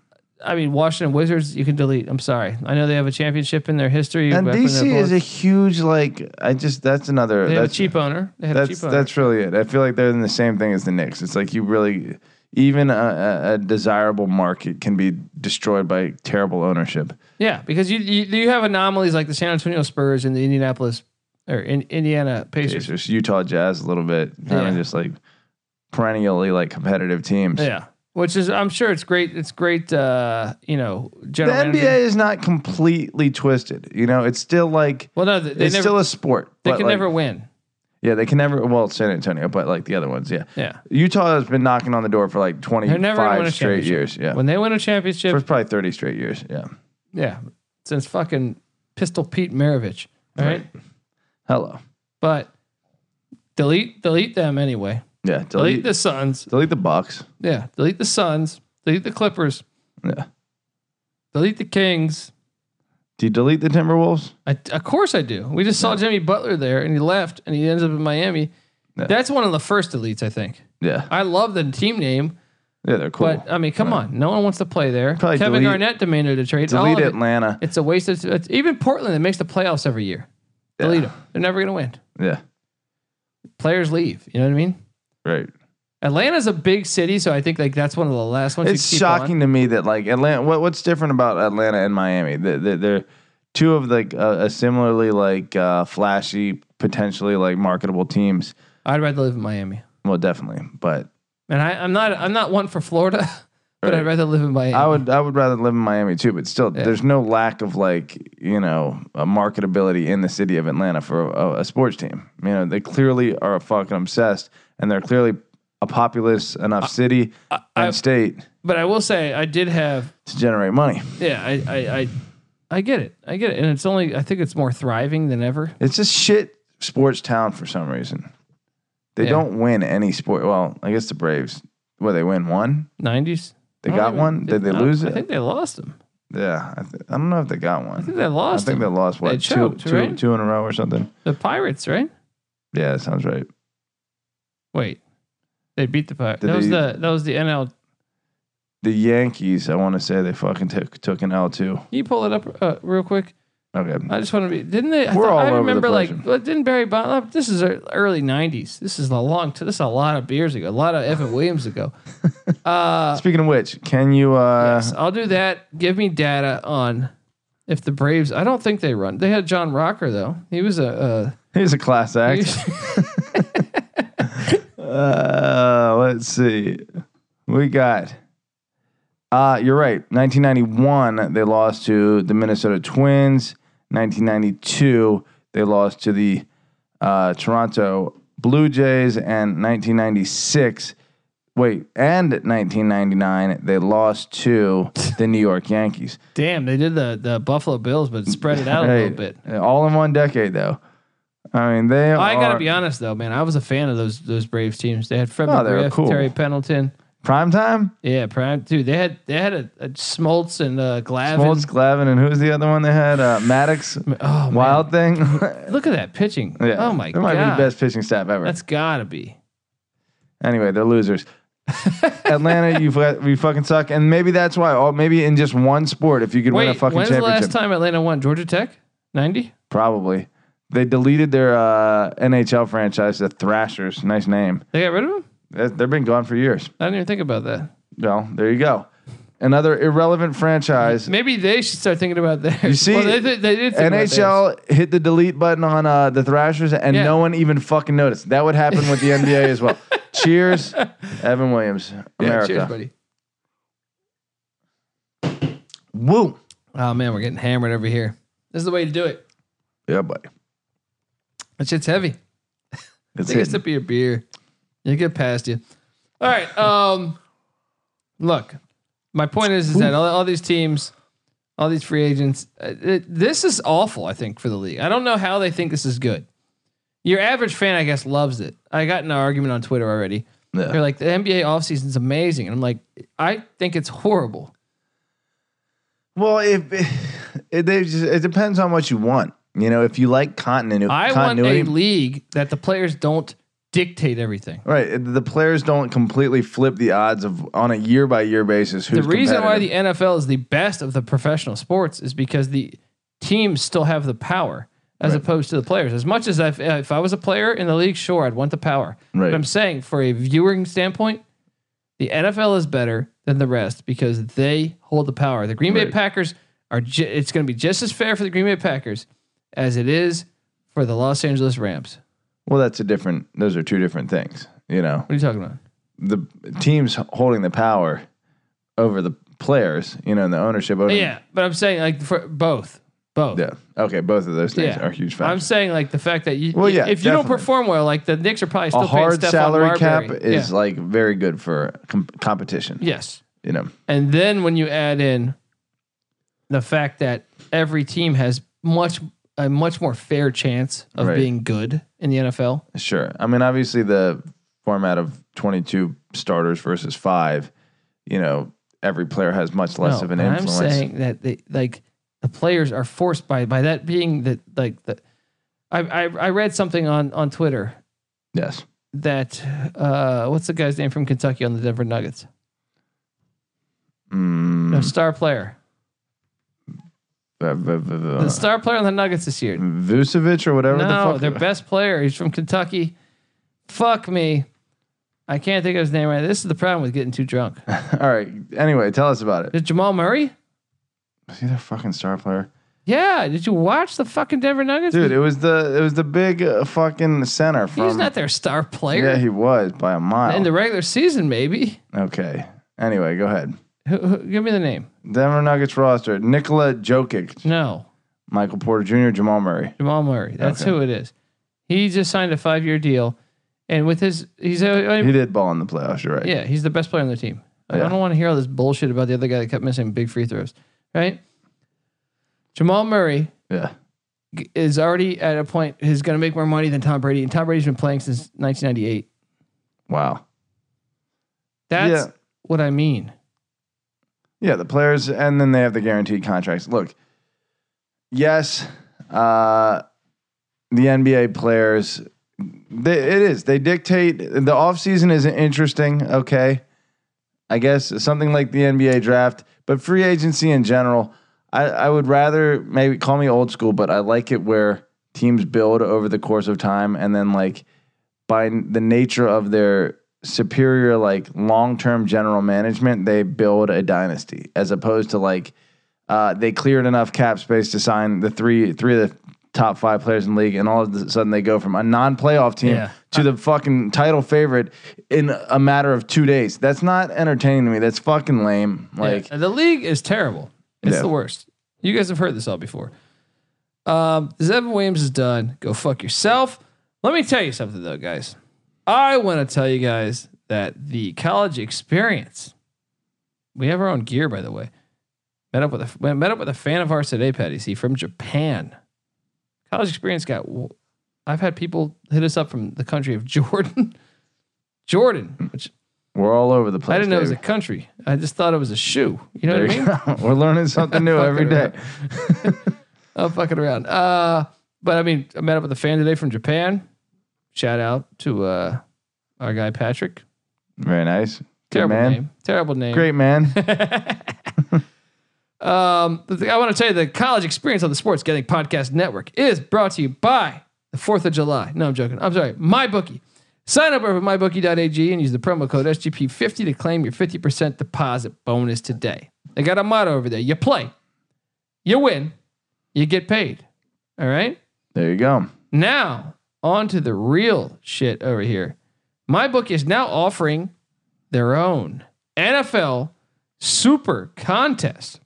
I mean, Washington Wizards, you can delete. I'm sorry. I know they have a championship in their history. and back when they DC were is a both- huge like. I just that's another they have a that's cheap owner. They have a that's cheap owner. that's really it. I feel like they're in the same thing as the Knicks. It's like you really even a, a, a desirable market can be destroyed by terrible ownership. yeah, because you, you you have anomalies like the San Antonio Spurs and the Indianapolis or in, Indiana Pacers. Pacers, Utah Jazz, a little bit kind Yeah. of just like perennially like competitive teams. Yeah, which is I'm sure it's great. It's great. Uh, you know, The general manager. NBA is not completely twisted. You know, it's still like Well, no, they, they it's never. still a sport. they but, can like- never win. Yeah, they can never. Well, San Antonio, but like the other ones, yeah. Yeah, Utah has been knocking on the door for like they're never gonna win a 25 straight championship. years. Yeah. When they win a championship, First, probably 30 straight years. Yeah. Yeah, since fucking Pistol Pete Maravich. All right, Hello. but delete delete them anyway. Yeah. Delete, Delete, the Suns. delete the Bucks. Yeah, delete the Suns. Delete the Clippers. Yeah. Delete the Kings. Do you delete the Timberwolves? I, of course I do. We just saw Jimmy Butler there, and he left, and he ends up in Miami. Yeah. That's one of the first deletes, I think. Yeah. I love the team name, Yeah, they're cool. but I mean, come on, no one wants to play there. Probably Kevin delete- Garnett demanded a trade. All delete of it. Atlanta. It's a waste of it's, even Portland that makes the playoffs every year. Yeah. Delete them. They're never going to win. Yeah. Players leave. You know what I mean? Right. Atlanta's a big city, so I think like that's one of the last ones. It's you keep shocking On. to me that like Atlanta. What, what's different about Atlanta and Miami? They're, they're, they're two of like a, a similarly like uh, flashy, potentially like marketable teams. I'd rather live in Miami, Well, definitely, but and I, I'm not. I'm not one for Florida, but I'd Right. rather live in Miami. I would I would rather live in Miami too. But still, Yeah. there's no lack of like you know a marketability in the city of Atlanta for a, a sports team. You know they clearly are fucking obsessed, and they're clearly a populous enough city and I- state but I will say I did have. to generate money. Yeah, I, I, I, I get it. I get it, and it's only. I think it's more thriving than ever. It's just shit sports town for some reason. They Yeah. don't win any sport. Well, I guess the Braves. Well, they win one. Nineties. They got one. Did they lose I it? think they lost them. yeah, I, th- I don't know if they got one. I think they I lost. think they them. lost what They two, choked, two- right? two in a row or something. the Pirates, right? Yeah, that sounds right. Wait, they beat the Pirates. Did That was they- the that was the NL. The Yankees. I want to say they fucking took took an L too. Can you pull it up uh, real quick? Okay. I just want to be. Didn't they? I, We're thought- all I over the remember place. like, but didn't Barry Bonds? This is ear- early '90s. This is a long. T- this is a lot of beers ago. A lot of Evan Williams ago. Uh, Speaking of which, can you? uh yes, I'll do that. Give me data on if the Braves. I don't think they run. They had John Rocker though. He was a. Here's a class Uh, act. Uh, let's see. We got. Uh, you're right. 1991, they lost to the Minnesota Twins. 1992, they lost to the uh, Toronto Blue Jays. And 1996, wait, and 1999, they lost to the New York Yankees. damn, they did the the Buffalo Bills, but spread it out a Hey, little bit. All in one decade, though. I mean, they I gotta are- be honest though, man. I was a fan of those those Braves teams. They had Fred Oh, they were McGriff, cool. Terry Pendleton. prime time. Yeah, prime dude. They had they had a, a Smoltz and uh, Glavin. Smoltz, Glavin, and who's the other one they had? Uh, Maddox. Oh, man. Wild thing. Look at that pitching. yeah. Oh my That might be god. the best pitching staff ever. That's gotta be. anyway, they're losers. Atlanta, you fu- you fucking suck, and maybe that's why. Oh, maybe in just one sport, if you could win a Wait, fucking when's the championship, last time Atlanta won? Georgia Tech? 90? probably they deleted their uh, NHL franchise, the Thrashers. Nice name. They got rid of him? They- They've been gone for years. I didn't even think about that. Well, there you go. Another irrelevant franchise. Maybe they should start thinking about theirs. You see, Well, they, they, they did think About NHL hit the delete button on uh, the Thrashers, and Yeah. no one even fucking noticed. That would happen with the NBA as well. Cheers, Evan Williams, theirs. Yeah, America. cheers, buddy. Woo. Oh man, we're getting hammered over here. This is the way to do it. Yeah, buddy. That shit's heavy. It's Take a it. sip of your beer. You get past you. All right. Um, look, my point is, is that all, all these teams, all these free agents, uh, it, this is awful. I think for the league. I don't know how they think this is good. Your average fan, I guess, loves it. I got in an argument on Twitter already. Yeah. They're like, the NBA offseason is amazing. And I'm like, I think it's horrible. Well, if it, they just, it depends on what you want. You know, if you like continuity, I continuity, want a league that the players don't dictate everything. right? The players don't completely flip the odds of on a year by year basis. Who's the reason why the competitive. NFL is the best of the professional sports is because the teams still have the power as Right. opposed to the players. As much as I've, if I was a player in the league, sure, I'd want the power. Right. But I'm saying, for a viewing standpoint, the NFL is better than the rest because they hold the power. The Green Bay Right. Packers are. Ju- it's going to be just as fair for the Green Bay Packers as it is for the Los Angeles Rams. well, that's a different. Those are two different things. You know, What are you talking about? the teams holding the power over the players. You know, and the ownership. Owning, Yeah, but I'm saying like for both, both. yeah. Okay, both of those things Yeah. are huge I'm factors. saying like the fact that you, Well, yeah, if you don't definitely. perform well, like the Knicks are probably still A hard paying Stephon salary cap Marbury. is Yeah. like very good for com- competition. yes, You know, and then when you add in the fact that every team has much a much more fair chance of Right. being good in the NFL. Sure. I mean, obviously the format of 22 starters versus five, you know, every player has much less No, of an but influence. I'm saying that they like the players are forced by by that being that like the. I, I I read something on on Twitter yes. that uh what's the guy's name from Kentucky on the Denver Nuggets? Mm, A star player. uh, v- v- v- uh, The star player on the Nuggets this year. Vucevic or whatever no, the their fuck. best player. He's from Kentucky. Fuck me. I can't think of his name right. This is the problem with getting too drunk. Is All right. Anyway, tell us about it. it Jamal Murray? Is he their fucking star player? Yeah. Did you watch the fucking Denver Nuggets? Dude, it was the it was the big uh, fucking center from. he's not their star player. yeah, he was by a mile. In the regular season, maybe. okay. Anyway, go ahead. Who, who, give me the name. Denver Nuggets roster: Nikola Jokic, No, Michael Porter Jr., Jamal Murray. Jamal Murray. That's Okay. who it is. He just signed a five-year deal, and with his, he's uh, He did ball in the playoffs. You're right. Yeah, he's the best player on their team. Like, Yeah. I don't want to hear all this bullshit about the other guy that kept missing big free throws, right? Jamal Murray yeah. g- is already at a point he's going to make more money than Tom Brady, and Tom Brady's been playing since 1998. Wow. That's Yeah. what I mean. Yeah, the players, and then they have the guaranteed contracts. Look, yes, uh, the NBA players, they, it is. They dictate. The offseason is interesting, okay? I guess something like the NBA draft, but free agency in general, I, I would rather maybe call me old school, but I like it where teams build over the course of time and then, like, by n- the nature of their superior like long-term general management they build a dynasty as opposed to like uh, they cleared enough cap space to sign the three three of the top five players in the league and all of a sudden they go from a non-playoff team Yeah. to the fucking title favorite in a matter of two days that's not entertaining to me that's fucking lame like Yeah, the league is terrible. It's Yeah. the worst. You guys have heard this all before. Um, Zevin Williams is done. Go fuck yourself. Let me tell you something though, guys. I want to tell you guys that the college experience. We have our own gear, by the way. Met up with a we met up with a fan of ours today, Patty C from Japan. College experience got. I've had people hit us up from the country of Jordan, Jordan, which we're all over the place I didn't know it was a baby. country. I just thought it was a shoe. You know There what I you mean? go. we're learning something new every Fucking day I'm fucking around. Uh, but I mean, I met up with a fan today from Japan. Shout out to uh, our guy Patrick. very nice Good Terrible man name. Terrible name. great man Um, the thing I want to tell you the college experience on the Sports Gambling Podcast Network is brought to you by the 4th of July. No, I'm joking. I'm sorry. MyBookie. Sign up over at mybookie.ag and use the promo code SGP50 to claim your 50% deposit bonus today. They got a motto over there. You play, you win, you get paid. All right. there you go Now, on to the real shit over here. My book is now offering their own NFL Super Contest.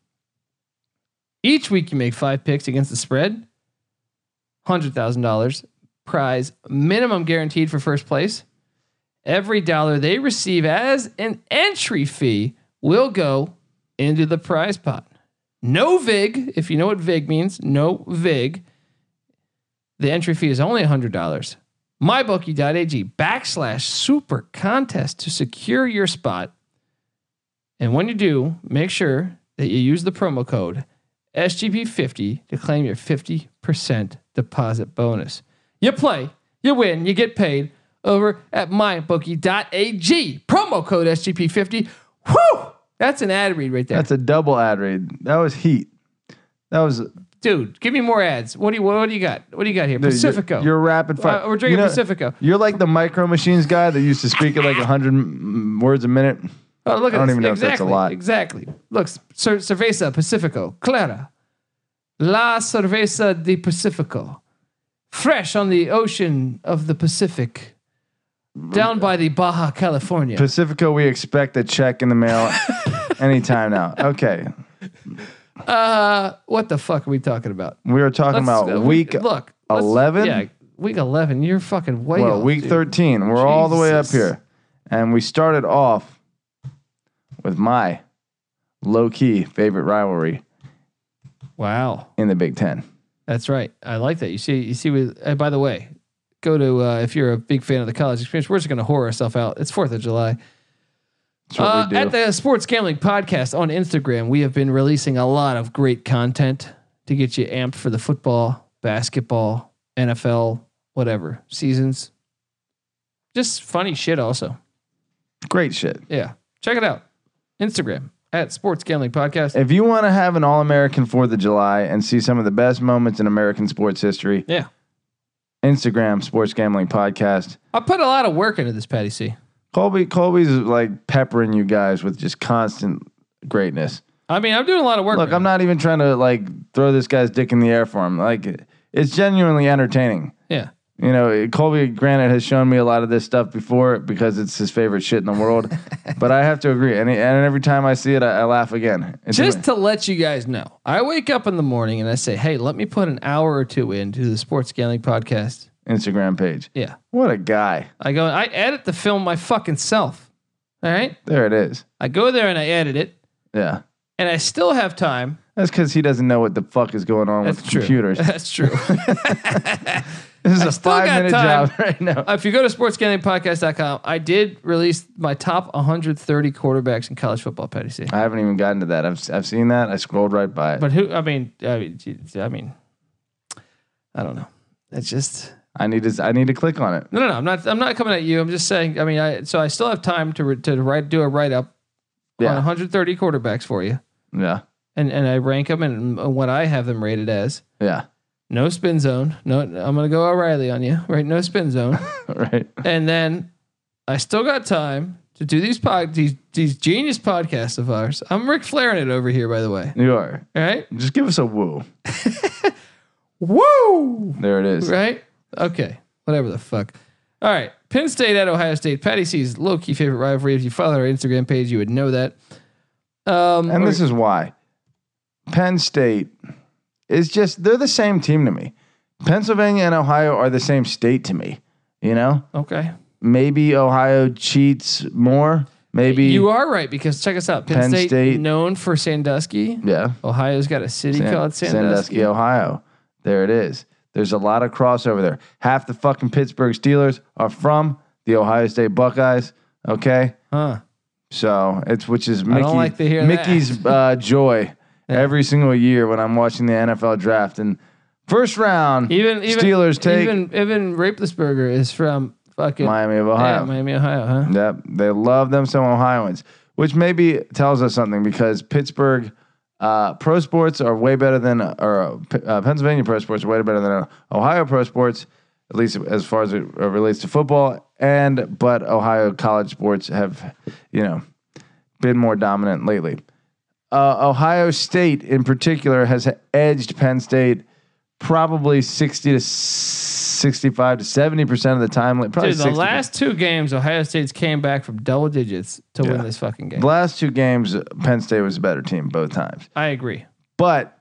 Each week, you make five picks against the spread, $100,000 prize minimum guaranteed for first place. Every dollar they receive as an entry fee will go into the prize pot. No VIG, if you know what VIG means, no VIG. The entry fee is only $100. mybookie.ag backslash super contest to secure your spot. And when you do, make sure that you use the promo code SGP50 to claim your 50% deposit bonus. You play, you win, you get paid over at mybookie.ag. Promo code SGP50. Whoo! That's an ad read right there. That's a double ad read. That was heat. That was Dude, give me more ads. What do you what do you got? What do you got here? dude, you're- Pacifico. You're, rapid fire. Uh, we're drinking You know, Pacifico. You're like the micro machines guy that used to speak at like hundred words a minute. Oh, look at I don't this. even know if exactly, that's a lot. Exactly. Look, cer- cerveza Pacifico, clara, la cerveza de Pacifico, fresh on the ocean of the Pacific, down by the Baja California. Pacifico, we expect a check in the mail anytime now. Okay, Uh, what the fuck are we talking about? we were talking Let's- about uh, week. look, let's- 11? Yeah, week eleven. You're fucking way well, off, week dude. thirteen. We're all the way up Jesus. here, and we started off with my low key favorite rivalry Wow, in the Big Ten. that's right. I like that. You see, you see. With uh, by the way, go to uh, if you're a big fan of the college experience. We're just gonna whore ourselves out. It's Fourth of July. That's what we do. Uh, At the Sports Gambling Podcast on Instagram, we have been releasing a lot of great content to get you amped for the football, basketball, NFL, whatever seasons. Just funny shit, also. Great shit. Yeah. Check it out. Instagram at Sports Gambling Podcast. If you want to have an All American Fourth of July and see some of the best moments in American sports history, Yeah. Instagram Sports Gambling Podcast. I put a lot of work into this, Patty C. Colby, Colby's like peppering you guys with just constant greatness. I mean, I'm doing a lot of work. Look, right I'm not even trying to like throw this guy's dick in the air for him. Like, it's genuinely entertaining. now. yeah. You know, Colby Granite has shown me a lot of this stuff before because it's his favorite shit in the world. but I have to agree, and, and every time I see it, I, I laugh again. It's Just to let you guys know, I wake up in the morning and I say, hey, let me put an hour or two into the Sports Gambling Podcast. Instagram page. Yeah. What a guy! I go, I edit the film my fucking self. All right. There it is. I go there and I edit it, Yeah. and I still have time. That's because he doesn't know what the fuck is going on That's with true. computers. That's true. This is a still got five minute time. job right now. if you go to sportsgamblingpodcast.com, I did release my top 130 quarterbacks in college football, Petty C. I haven't even gotten to that. I've, I've seen that. I scrolled right by it. But who, I mean, I mean, geez, I mean, I don't know. It's just, I need to I need to click on it. no, no, no. I'm not, I'm not coming at you. I'm just saying, I mean, I, so I still have time to, re, to write, do a write up on Yeah, 130 quarterbacks for you. yeah, And, and I rank them and what I have them rated as. yeah. No spin zone. No, I'm gonna go O'Reilly on you, right? No spin zone. right. and then I still got time to do these pod these these genius podcasts of ours. I'm Ric Flairing it over here, by the way. You are. All right. Just give us a woo. Woo! There it is. Right? Okay. Whatever the fuck. All right. Penn State at Ohio State. Patty C's low key favorite rivalry. If you follow our Instagram page, you would know that. Um, And this is why Penn State is just they're the same team to me. Pennsylvania and Ohio are the same state to me. You know, okay. maybe Ohio cheats more. Maybe You are right because check us out. Penn, Penn State, State- known for Sandusky. Yeah. Ohio's got a city San- called Sandusky. Ohio. There it is. There's a lot of crossover there. Half the fucking Pittsburgh Steelers are from the Ohio State Buckeyes. Okay, Huh. so it's which is Mickey, like to hear that. Mickey's uh, joy every single year when I'm watching the NFL draft and first round Even even Steelers take even even Rapelessberger is from fucking Miami of Yeah, Ohio. Miami, Ohio, huh? Yep, they love them some Ohioans, which maybe tells us something because Pittsburgh uh, pro sports are way better than, or uh, P- uh, Pennsylvania pro sports are way better than Ohio pro sports, at least as far as it uh, relates to football. And but Ohio college sports have, you know, been more dominant lately. Uh, Ohio State, in particular, has edged Penn State probably sixty to sixty-five to seventy percent of the time. like, Probably Dude, the 60%. last two games, Ohio State's came back from double digits to win Yeah. this fucking game. The last two games, Penn State was a better team both times. I agree. But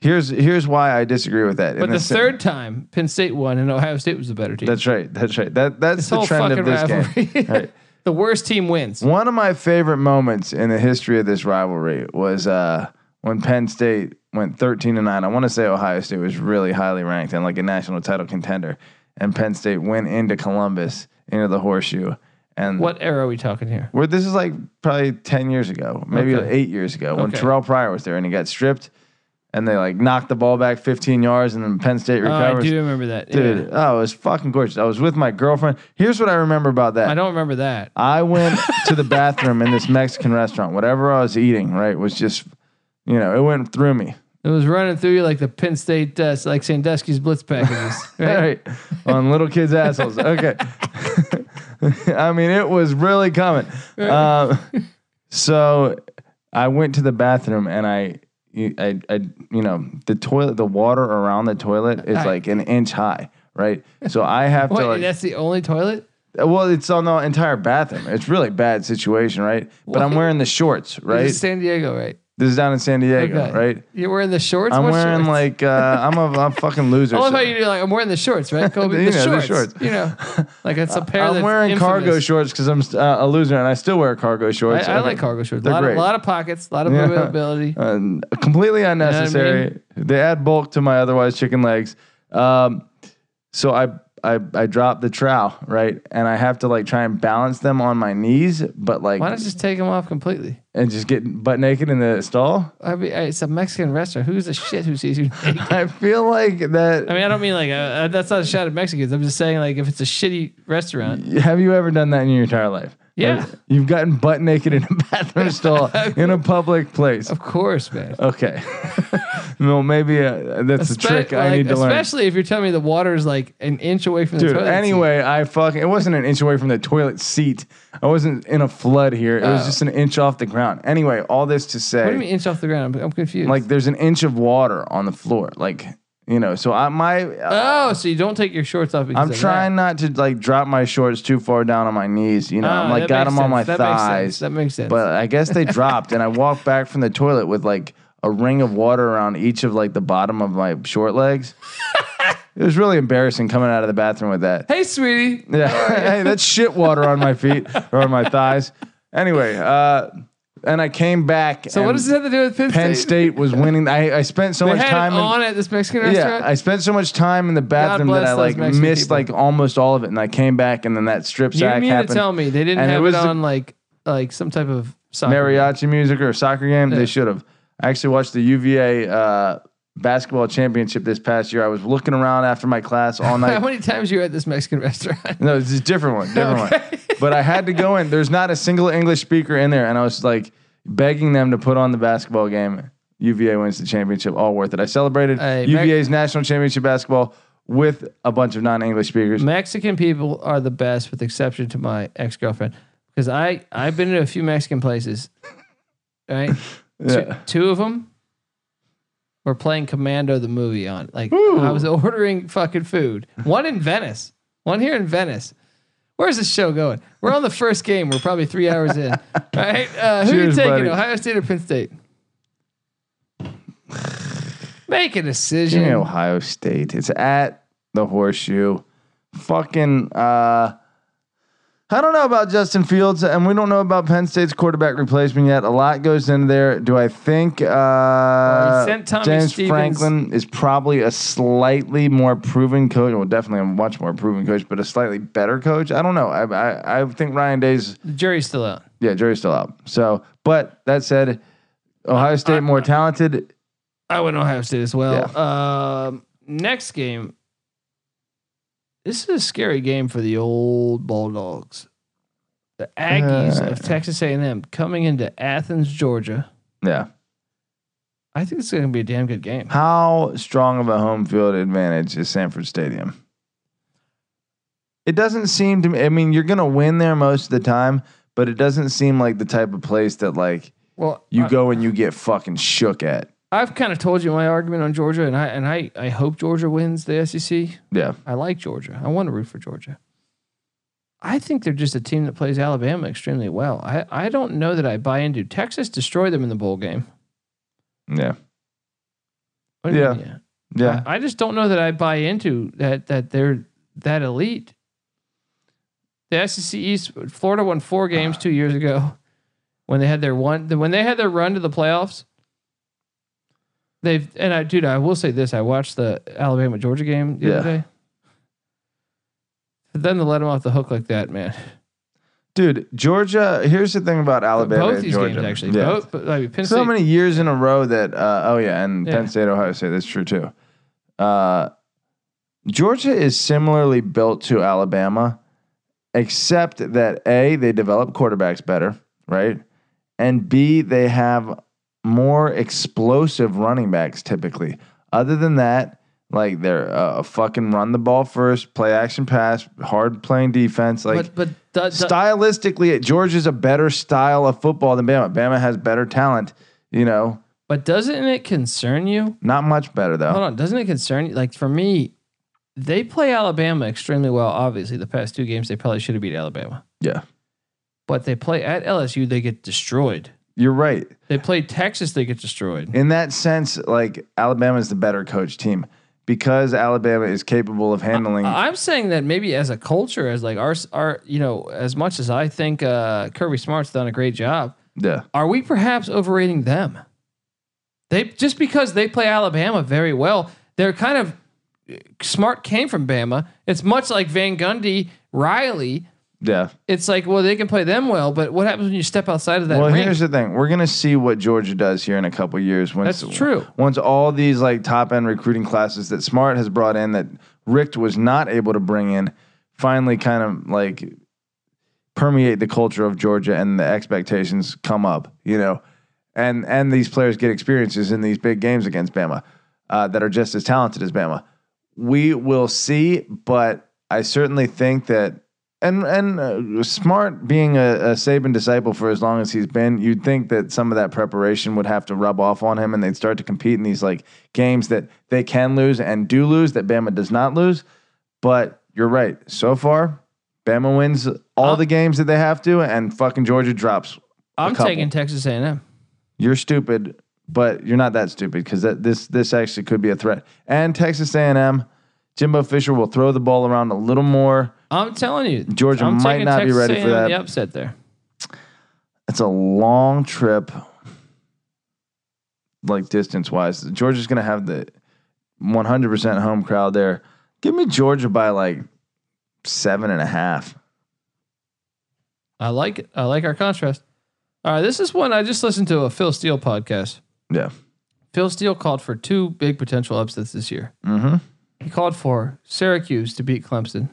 here's here's why I disagree with that. But the third time, Penn State won, and Ohio State was the better team. that's right. That's right. That that's this the whole trend fucking of this rivalry. game. Right. the worst team wins. One of my favorite moments in the history of this rivalry was uh, when Penn State went 13 to 9. I want to say Ohio State was really highly ranked and like a national title contender. and Penn State went into Columbus into the horseshoe. And What era are we talking here? Where this is like probably ten years ago, maybe Okay. like eight years ago, when Okay. Terrell Pryor was there and he got stripped, and they like knocked the ball back 15 yards, and then Penn State Oh, I recovers. do remember that. Dude, oh, it was fucking gorgeous. I was with my girlfriend. Here's what I remember about that. I don't remember that. I went to the bathroom in this Mexican restaurant. Whatever I was eating, right, was just, you know, it went through me. It was running through you like the Penn State, uh, like Sandusky's blitz packages. All Right? right. On little kids' assholes. Okay. I mean, it was really coming. Um, so I went to the bathroom and I, I, I, you know, the toilet, the water around the toilet is Hi. like an inch high, right? So I have to Wait, like. that's the only toilet? Well, it's on the entire bathroom. It's really bad situation, right? But I'm What? wearing the shorts, right? This is San Diego, right? This is down in San Diego, Okay. right? You're wearing the shorts? I'm What wearing shorts? Oh, like uh, I'm a I'm a fucking loser. I love so- how you do like I'm wearing the shorts, right? Kobe, You the, know, the shorts, shorts. You know, like it's a pair. I'm that's wearing cargo infamous. shorts because I'm uh, a loser and I still wear cargo I, shorts. I Okay. like cargo shorts. A They're lot, great. of, lot of pockets, a lot of Yeah. mobility. Uh, completely unnecessary. They add bulk to my otherwise chicken legs. Um, so I I I drop the trowel right, and I have to like try and balance them on my knees, but like Why not just take them off completely? and just get butt naked in the stall. I mean, it's a Mexican restaurant. Who's the shit who sees you? naked? I feel like that. I mean, I don't mean like uh, uh, that's not a shot at Mexicans. I'm just saying like if it's a shitty restaurant, Have you ever done that in your entire life? Yeah. Have- you've gotten butt naked in a bathroom stall in a public place. of course, man. Okay. well, maybe uh, that's a trick Spe- I like, need to learn. especially if you're telling me the water is like an inch away from the Dude, toilet. seat. anyway, I fucking it wasn't an inch away from the toilet seat. I wasn't in a flood here. It was Oh. just an inch off the ground. Anyway, all this to what do you say, mean inch off the ground? I'm, I'm confused. like there's an inch of water on the floor. Like, you know, so I my oh, so you don't take your shorts off? Because I'm of that. trying not to like drop my shorts too far down on my knees, you know. Ah, I'm that like got makes them on sense. my that Makes sense. thighs. That makes sense. But I guess they dropped and I walked back from the toilet with like a ring of water around each of like the bottom of my short legs. it was really embarrassing coming out of the bathroom with that. hey, sweetie. Yeah. hey, that's shit water on my feet or on my thighs. Anyway, uh, and I came back. So what does this have to do with Penn, Penn State was winning. I, I spent so They much had time it in on at this Mexican yeah, restaurant. I spent so much time in the bathroom that bless I those like Mexican missed people. like almost all of it, and I came back, and then that strip you sack mean happened. to tell me they didn't And it have it, was the- on like like some type of soccer? mariachi music or a soccer game. Yeah. They should have. I actually watched the UVA uh, basketball championship this past year. I was looking around after my class all How night. many times you were at this Mexican restaurant? no, it's a different one, different one. But I had to go in. There's not a single English speaker in there, and I was like begging them to put on the basketball game. UVA wins the championship. All worth it. I celebrated Hey, Mar- UVA's national championship basketball with a bunch of non-English speakers. Mexican people are the best, with exception to my ex girlfriend, because I I've been to a few Mexican places. Right, two, Yeah. two of them were playing Commando the movie on. Like Ooh. I was ordering fucking food. One in Venice, one here in Venice. Where's this show going? We're on the first game. We're probably three hours in. Right? Uh, who are you Cheers, taking? buddy. Ohio State or Penn State? Make a decision. Give me Ohio State. It's at the horseshoe. Fucking uh I don't know about Justin Fields, and we don't know about Penn State's quarterback replacement yet. A lot goes into there. Do I think uh, he sent Tommy James Stevens- Franklin is probably a slightly more proven coach? Well, definitely a much more proven coach, but a slightly better coach. I don't know. I I, I think Ryan Day's the jury's still out. yeah jury's still out. So, but that said, Ohio State more talented. I went Ohio State as well. Um, next game. This is a scary game for the old Bulldogs. The Aggies of Texas A&M coming into Athens, Georgia. Yeah. I think it's going to be a damn good game. How strong of a home field advantage is Sanford Stadium? It doesn't seem to me. I mean, you're gonna win there most of the time, but it doesn't seem like the type of place that like Well, you I, go and you get fucking shook at. I've kind of told you my argument on Georgia, and I and I I hope Georgia wins the SEC. Yeah, I like Georgia. I want to root for Georgia. I think they're just a team that plays Alabama extremely well. I, I don't know that I buy into Texas destroyed them in the bowl game. yeah, What do you Yeah. mean, yeah. I, I just don't know that I buy into that that they're that elite. The SEC East, Florida won four games two years ago when they had their one when they had their run to the playoffs. They've and I dude, I will say this: I watched the Alabama Georgia game the Yeah. other day. But then to let them off the hook like that, man. Dude, Georgia. Here's the thing about Alabama Both and these Georgia. games actually. Yeah. Both, but, I mean, Penn so State- many years in a row that. Uh, oh yeah, and Yeah. Penn State, Ohio State. That's true too. Uh, Georgia is similarly built to Alabama, except that a they develop quarterbacks better, right? And b they have more explosive running backs typically. Other than that, like they're uh, fucking run the ball first, play action pass, hard playing defense. but Like but do- do- stylistically, Georgia's a better style of football than Bama. Bama has better talent, you know, but doesn't it concern you? not much better though. Hold on, doesn't it concern you? Like for me, they play Alabama extremely well. Obviously, the past two games they probably should have beat Alabama, Yeah, but they play at LSU, they get destroyed. you're right. They play Texas, they get destroyed. In that sense, like Alabama's the better coach team because Alabama is capable of handling. I'm saying that maybe as a culture, as like our our you know, as much as I think uh, Kirby Smart's done a great job, yeah, are we perhaps overrating them? They just because they play Alabama very well, they're kind of smart came from Bama. It's much like Van Gundy, Riley. yeah. It's like, well, they can play them well, but what happens when you step outside of that Well, ring? here's the thing: we're gonna see what Georgia does here in a couple years. Once, That's true. Once all these like top end recruiting classes that Smart has brought in that Richt was not able to bring in, finally kind of like permeate the culture of Georgia and the expectations come up. You know, and and these players get experiences in these big games against Bama uh, that are just as talented as Bama. We will see, but I certainly think that and and uh, smart being a, a Saban disciple for as long as he's been, you'd think that some of that preparation would have to rub off on him, and they'd start to compete in these like games that they can lose and do lose that Bama does not lose. But you're right. So far, Bama wins all Huh? the games that they have to, and fucking Georgia drops. a I'm couple. taking Texas A&M. You're stupid, but you're not that stupid because that this this actually could be a threat. And Texas A&M, Jimbo Fisher will throw the ball around a little more. I'm telling you, Georgia I'm might taking not be Texas ready for A&M that. The upset there. It's a long trip, like distance wise. Georgia's going to have the 100% home crowd there. Give me Georgia by like seven and a half. I like it. I like our contrast. All right, this is one I just listened to a Phil Steele podcast. Yeah. Phil Steele called for two big potential upsets this year. Mm-hmm. He called for Syracuse to beat Clemson.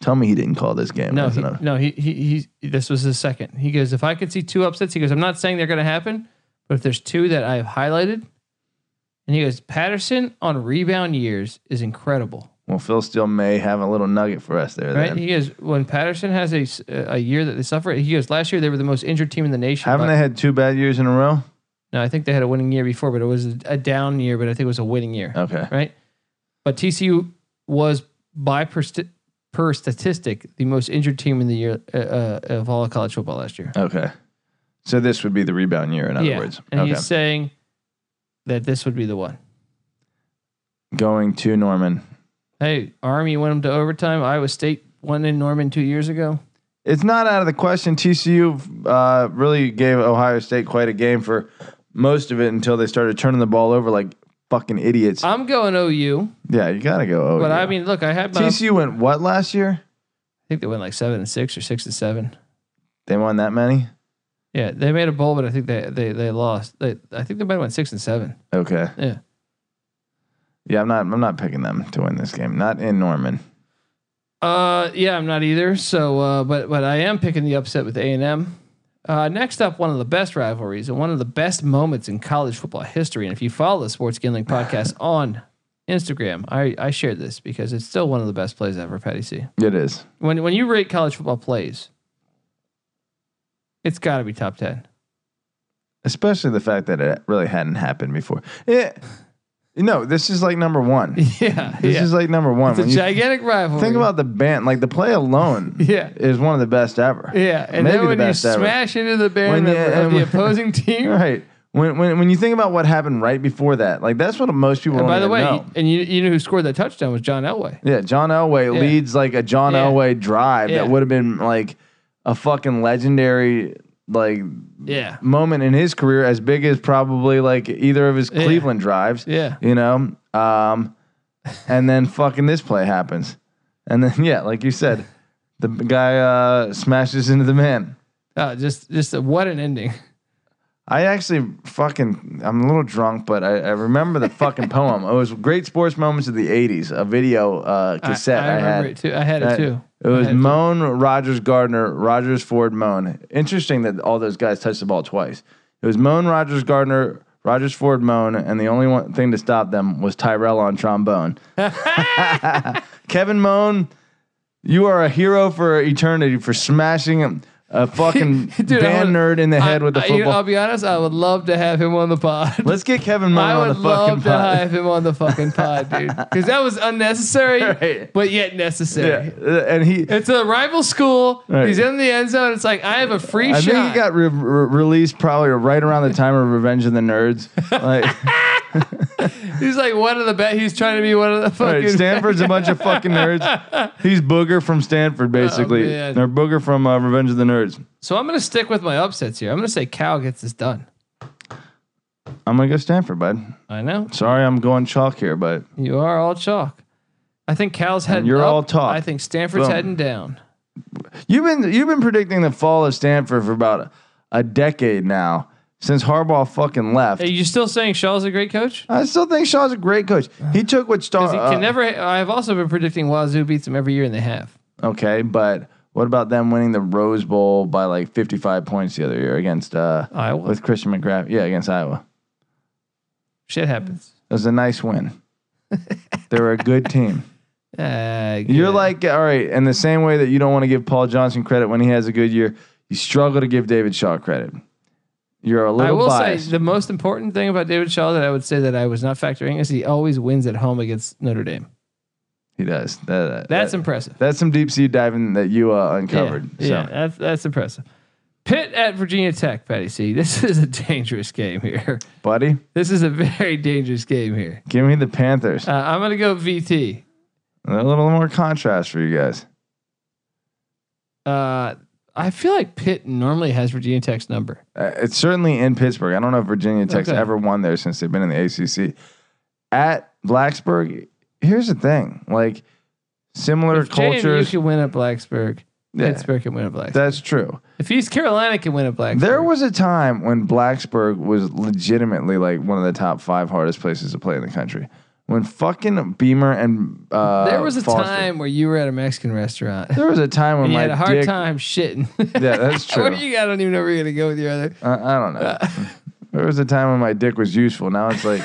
Tell me he didn't call this game. No, That's he, enough. no, he, he, he, this was his second. He goes, if I could see two upsets, he goes, I'm not saying they're going to happen, but if there's two that I have highlighted, and he goes, Patterson on rebound years is incredible, Well, Phil still may have a little nugget for us there. right? Then. He goes, when Patterson has a, s- a year that they suffer, he goes, last year they were the most injured team in the nation. Haven't by- they had two bad years in a row? no, I think they had a winning year before, but it was a down year, but I think it was a winning year. Okay. right? But TCU was by per, st- per statistic the most injured team in the year uh, uh, of all of college football last year. Okay. So this would be the rebound year, in other yeah, words. and okay. he's saying that this would be the one. Going to Norman. Hey, Army went them to overtime. Iowa State won in Norman two years ago. it's not out of the question. TCU uh, really gave Ohio State quite a game for most of it until they started turning the ball over like fucking idiots. I'm going OU, Oh, yeah, you gotta go. over. Uh, but I mean, uh, look, I had my. I TCU went what last year? think they went like seven and six or six and seven. They won that many. Yeah, they made a bowl, but I think they they they lost. They, I think they might have went six and seven. Okay. Yeah. Yeah, I'm not. I'm not picking them to win this game. Not in Norman. Uh, yeah, I'm not either. So, uh, but but I am picking the upset with A and M. Uh, next up, one of the best rivalries and one of the best moments in college football history. And if you follow the Sports Gambling Podcast on Instagram, I I shared this because it's still one of the best plays ever, Patty C. It is. When when you rate college football plays, it's got to be top ten. Especially the fact that it really hadn't happened before. It, you know, this is like number one. Yeah, This yeah. is like number one. it's a When you gigantic rivalry. think about the band, like the play alone yeah. is one of the best ever. Yeah, and Maybe then the when you best ever. smash into the band When you- member of and the when- opposing team, Right. When, when when you think about what happened right before that, like that's what most people. And don't by the even way, know. and you you know who scored that touchdown was John Elway. yeah, John Elway Yeah. leads like a John Yeah. Elway drive Yeah. that would have been like a fucking legendary like Yeah. moment in his career, as big as probably like either of his Yeah. Cleveland drives. Yeah. You know, um, and then fucking this play happens, And then yeah, like you said, the b- guy uh, smashes into the man. Uh, just just a, what an ending. I actually fucking I'm a little drunk, but I, I remember the fucking poem. It was great sports moments of the '80s. A video uh, I, cassette I I, remember had. it too. I had That- it too. It I was had it too. Moan, Rogers, Gardner, Rogers, Ford, Moan. Interesting that all those guys touched the ball twice. It was Moan, Rogers, Gardner, Rogers, Ford, Moan, and the only one thing to stop them was Tyrell on trombone. Kevin Moan, you are a hero for eternity for smashing a fucking Dude, I band nerd in the head with the I- you know, football. I'll be honest. I would love to have him on the pod. Let's get Kevin Moan I on would the fucking love to pod. have him on the fucking pod, dude, because that was unnecessary, Right. but yet Yeah, necessary. uh, and he. It's a rival school. Right. He's in the end zone. It's like I have a free I shot. think he got re- re- released probably right around the time of Revenge of the Nerds. Like. He's like one of the best. He's trying to be one of the All fucking. right, Stanford's a bunch of fucking nerds. He's Booger from Stanford, basically. Oh, man. or Booger from uh, Revenge of the Nerds. so I'm gonna stick with my upsets here. I'm gonna say Cal gets this done. I'm gonna go Stanford, bud. I know Sorry, I'm going chalk here, but you are all chalk. I think Cal's heading. you're up. all talk. I think Stanford's Boom. heading down. you've been you've been predicting the fall of Stanford for about a, a decade now since Harbaugh fucking left. Are you still saying Shaw's a great coach? I still think Shaw's a great coach. He took what Star. uh, He can never. I've also been predicting Wazoo beats them every year, and they have. okay, but what about them winning the Rose Bowl by like 55 points the other year against uh, Iowa. with Christian McGrath? Yeah, against Iowa. Shit happens. It was a nice win. they were a good team. Uh, You're good. like, all right, and the same way that you don't want to give Paul Johnson credit when he has a good year, you struggle to give David Shaw credit. You're a I little will biased. say the most important thing about David Shaw that I would say that I was not factoring is he always wins at home against Notre Dame. he does. That- that- That's that- impressive. that's some deep sea diving that you uh, uncovered. Yeah, yeah, that's that's impressive. Pitt at Virginia Tech, Patty C. This is a dangerous game here. So, buddy, This is a very dangerous game here. give me the Panthers. Uh, I'm gonna go VT. a little more contrast for you guys. Uh, I feel like Pitt normally has Virginia Tech's number. Uh, it's certainly in Pittsburgh. I don't know if Virginia Tech's Okay. ever won there since they've been in the ACC. At Blacksburg, here's the thing: like similar If JMU cultures. can win at Blacksburg. Yeah, Pittsburgh can win at Blacksburg. that's true. if East Carolina can win at Blacksburg, There was a time when Blacksburg was legitimately like one of the top five hardest places to play in the country. When fucking Beamer and uh, there was a Foster- time where you were at a Mexican restaurant. There was a time when You my had a hard dick. time shitting. Yeah, that's true. Where you, I don't even know where you're gonna go with your other. I, I don't know. there was a time when my dick was useful. Now it's like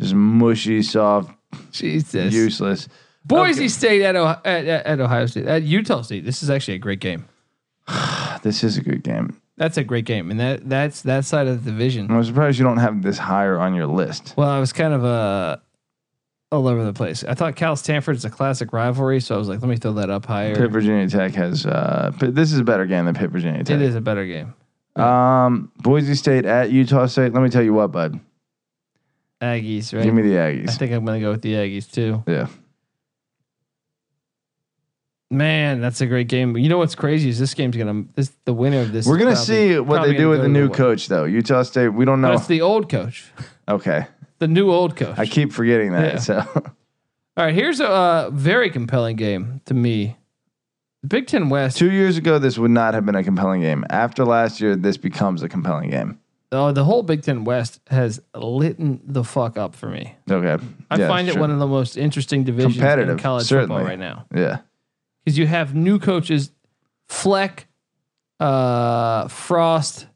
just mushy, soft, Jesus. useless. Boise State at, Ohio, at, at at Ohio State at Utah State. This is actually a great game. This is a good game. That's a great game, and that that's that side of the division. I'm surprised you don't have this higher on your list. Well, I was kind of uh, all over the place. I thought Cal Stanford is a classic rivalry, so I was like, let me throw that up higher. Pitt Virginia Tech has. Uh, Pitt- this is a better game than Pitt Virginia Tech. It is a better game. Um, Boise State at Utah State. Let me tell you what, bud. Aggies, right? Give me the I Aggies. think I'm gonna go with the Aggies too. Yeah. Man, that's a great game. You know what's crazy is this game's gonna this the winner of this. We're is gonna probably- see what probably they do gonna with go the to new one. coach, though. Utah State, we don't But know. it's the old coach, Okay, the new old coach. I keep forgetting that. Yeah. So All right, here's a uh, very compelling game to me. The Big Ten West. two years ago, this would not have been a compelling game. After last year, this becomes a compelling game. Oh, the whole Big Ten West has lit the fuck up for me. Okay, I Yeah, find it sure. one of the most interesting divisions in Competitive, college certainly. football right now yeah. because you have new coaches, Fleck, uh, Frost,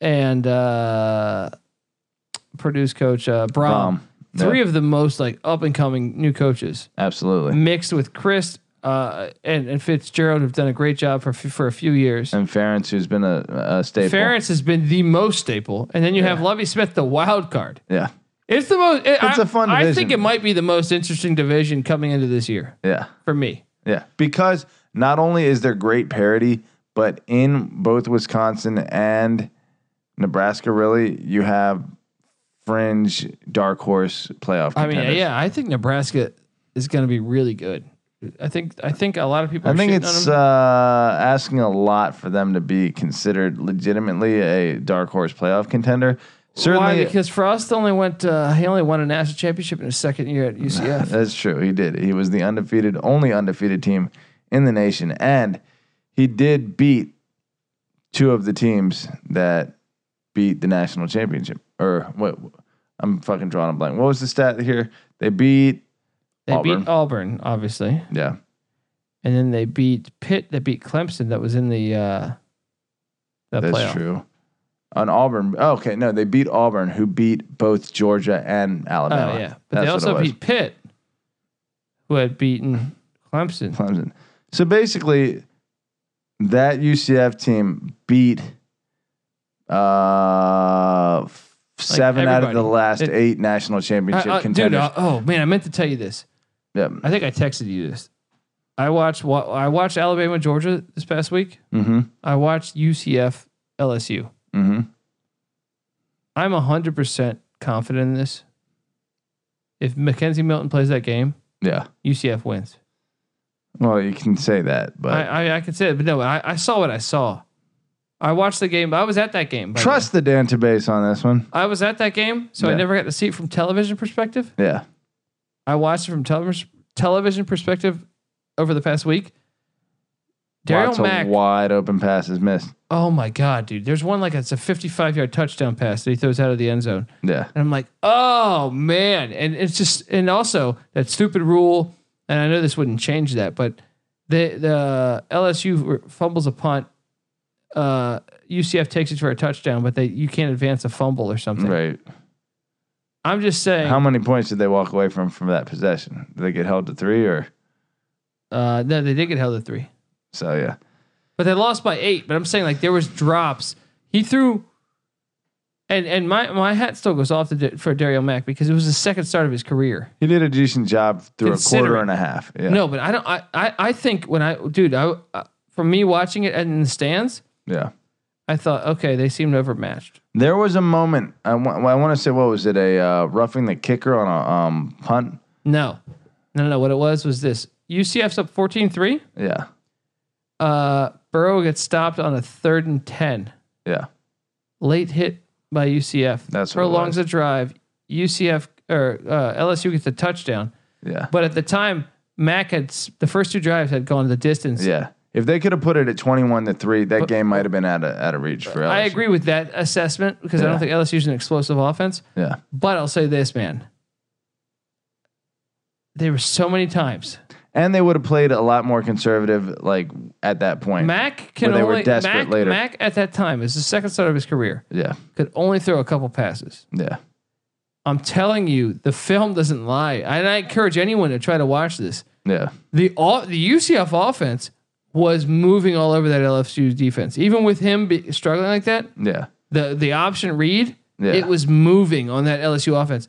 and uh, Purdue's coach uh, Brom. Um, yeah, Three of the most like up and coming new coaches. absolutely. mixed with Chris uh, and, and Fitzgerald have done a great job for a few- for a few years. And Ferentz, who's been a, a staple. Ference has been the most staple, and then you have Yeah. Lovey Smith, the wild card. Yeah, It's the most. It, It's I- a fun I division. think it might be the most interesting division coming into this year yeah, for me. yeah. Because not only is there great parity, but in both Wisconsin and Nebraska, really, you have fringe dark horse playoff. I mean, contenders. yeah, I think Nebraska is going to be really good. I think I think a lot of people. Are I think shitting it's on them. uh, asking a lot for them to be considered legitimately a dark horse playoff contender. Certainly, Why? Because Frost only went. Uh, he only won a national championship in his second year at UCF. That's true. He did. He was the undefeated, only undefeated team in the nation, and he did beat two of the teams that beat the national championship. Or what? I'm fucking drawing a blank. What was the stat here? They beat. They Auburn. beat Auburn, obviously, Yeah, and then they beat Pitt. They beat Clemson. That was in the. Uh, the that's playoff. true. On Auburn. oh, okay, no, they beat Auburn, who beat both Georgia and Oh Alabama. yeah, but That's they what it also was. beat Pitt, who had beaten Clemson. Clemson. So basically, that UCF team beat uh, f- seven out of the everybody. last It- eight national championship I- I- dude, contenders. I- oh man, I meant to tell you this. yep. I think I texted you this. I watched. wa- I watched Alabama Georgia this past week. Mm-hmm. I watched UCF LSU. Mm-hmm. I'm 100% confident in this. If Mackenzie Milton plays that game, Yeah. UCF wins. Well, you can say that, but I, I, I can say it, but no, I, I saw what I saw. I watched the game. I was at that game. by the way. trust the Dan Base on this one. I was at that game, so I Yeah. never got to see it from television perspective. Yeah. I watched it from television television perspective over the past week. Daryl Lots of Mack. wide open passes missed. Oh my god, dude! There's one like it's a 55 yard touchdown pass that he throws out of the end zone. Yeah. And I'm like, oh man. And it's just and also that stupid rule, and I know this wouldn't change that, but the the LSU fumbles a punt. Uh UCF takes it for a touchdown, but they you can't advance a fumble or something. Right. I'm just saying How many points did they walk away from from that possession? Did they get held to three or uh no, they did get held to three. so? Yeah. But they lost by eight. But I'm saying like there was drops. He threw and and my my hat still goes off to, Da- for Daryl Mack because it was the second start of his career. He did a decent job through a quarter Considering- and a half. Yeah. No, but I don't. I, I, I think when I, dude, I, uh, for me watching it in the stands, Yeah. I thought, okay, they seemed overmatched. There was a moment. I want to say, what was it? A uh, roughing the kicker on a um, punt. No, no, no. What it was was this: UCF's up 14-3. Yeah, Uh, Burrow gets stopped on a third and ten, yeah, late hit by UCF. That's what it prolongs the drive. UCF or uh, LSU gets the touchdown, yeah, but at the time, Mac had s- the first two drives had gone the distance. yeah. If they could have put it at twenty-one to three, that But- game might have been out of out of reach for. I LSU. agree with that assessment because I Yeah. don't think LSU's an explosive offense. Yeah, But I'll say this, man. There were so many times and they would have played a lot more conservative, like at that point. Mac can Where they were only desperate Mac, later. Mac at that time is the second start of his career yeah, could only throw a couple passes. yeah, I'm telling you, the film doesn't lie, and I encourage anyone to try to watch this. yeah, the all, The UCF offense was moving all over that LSU defense, even with him be, struggling like that. yeah, the the option read, Yeah. it was moving on that LSU offense.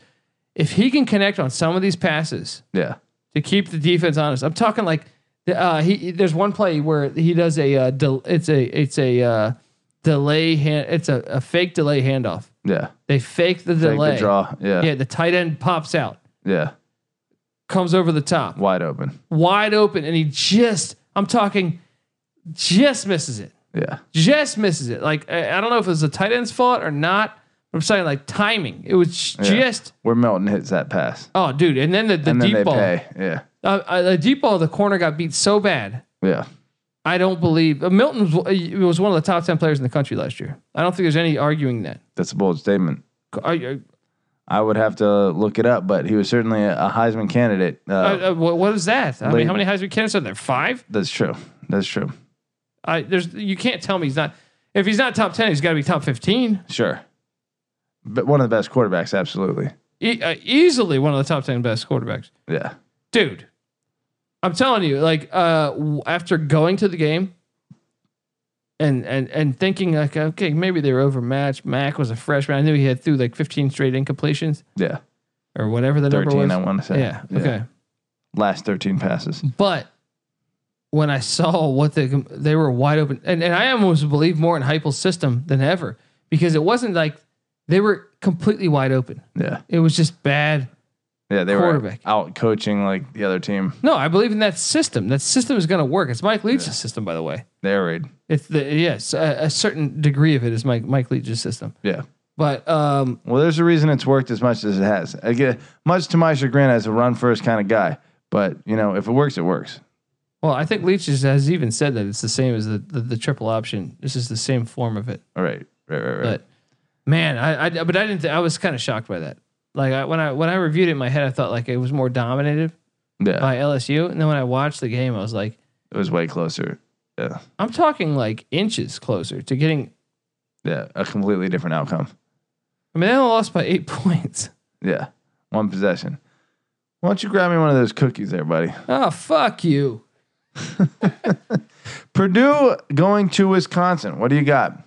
If he can connect on some of these passes, yeah, to keep the defense honest. I'm talking like uh, he. There's one play where he does a uh, del- it's a it's a uh, delay hand. It's a, a fake delay handoff. yeah. They fake the Take delay. the draw. Yeah, yeah, Yeah, the tight end pops out, comes over the top, Wide open. wide open, and he just I'm talking just misses it. Yeah, Just misses it. Like I, I don't know if it was the tight end's fault or not. I'm saying like timing. It was Yeah. just where Melton hits that pass, oh dude, and then the, the and then deep they ball, pay. Yeah, uh, uh, the deep ball, the corner got beat so bad. yeah, I don't believe uh, Milton was, uh, was one of the top ten players in the country last year. I don't think there's any arguing that. that's a bold statement. Are you- I would have to look it up, but he was certainly a, a Heisman candidate. uh, Uh, uh, what what is that? I Late- mean, how many Heisman candidates are there? Five. that's true. That's true. I there's you can't tell me he's not. If he's not top ten, he's got to be top fifteen. Sure. But one of the best quarterbacks, absolutely. E- uh, easily one of the top ten best quarterbacks, Yeah. dude. I'm telling you, like uh, w- after going to the game. And, and and thinking like okay maybe they were overmatched. Mac was a freshman. I knew he had through like 15 straight incompletions Yeah. or whatever the number 13, was. I want to say. yeah. Okay. Last 13 passes. But when I saw what they they were wide open, and, and I almost believe more in Heupel's system than ever because it wasn't like they were completely wide open. Yeah. It was just bad. Yeah. They were Quarterback. out coaching like the other team. No, I believe in that system. That system is going to work. It's Mike Leach's system, by the way. They were. It's the yes, a, a certain degree of it is Mike Mike Leach's system. Yeah. But um, Well, there's a reason it's worked as much as it has. Again, much to my chagrin, as a run first kind of guy. But you know, if it works, it works. well, I think Leach is- has even said that it's the same as the, the the triple option. This is the same form of it. All right, right, right, right. But man, I, I but I didn't. Th- I was kind of shocked by that. Like I, when I when I reviewed it in my head, I thought like it was more dominated yeah, by LSU, and then when I watched the game, I was like, it was way closer. Yeah, I'm talking like inches closer to getting. yeah, a completely different outcome. I mean, they only lost by eight points. Yeah, one possession. Why don't you grab me one of those cookies, there, buddy? Oh fuck you! Purdue going to Wisconsin. What do you got?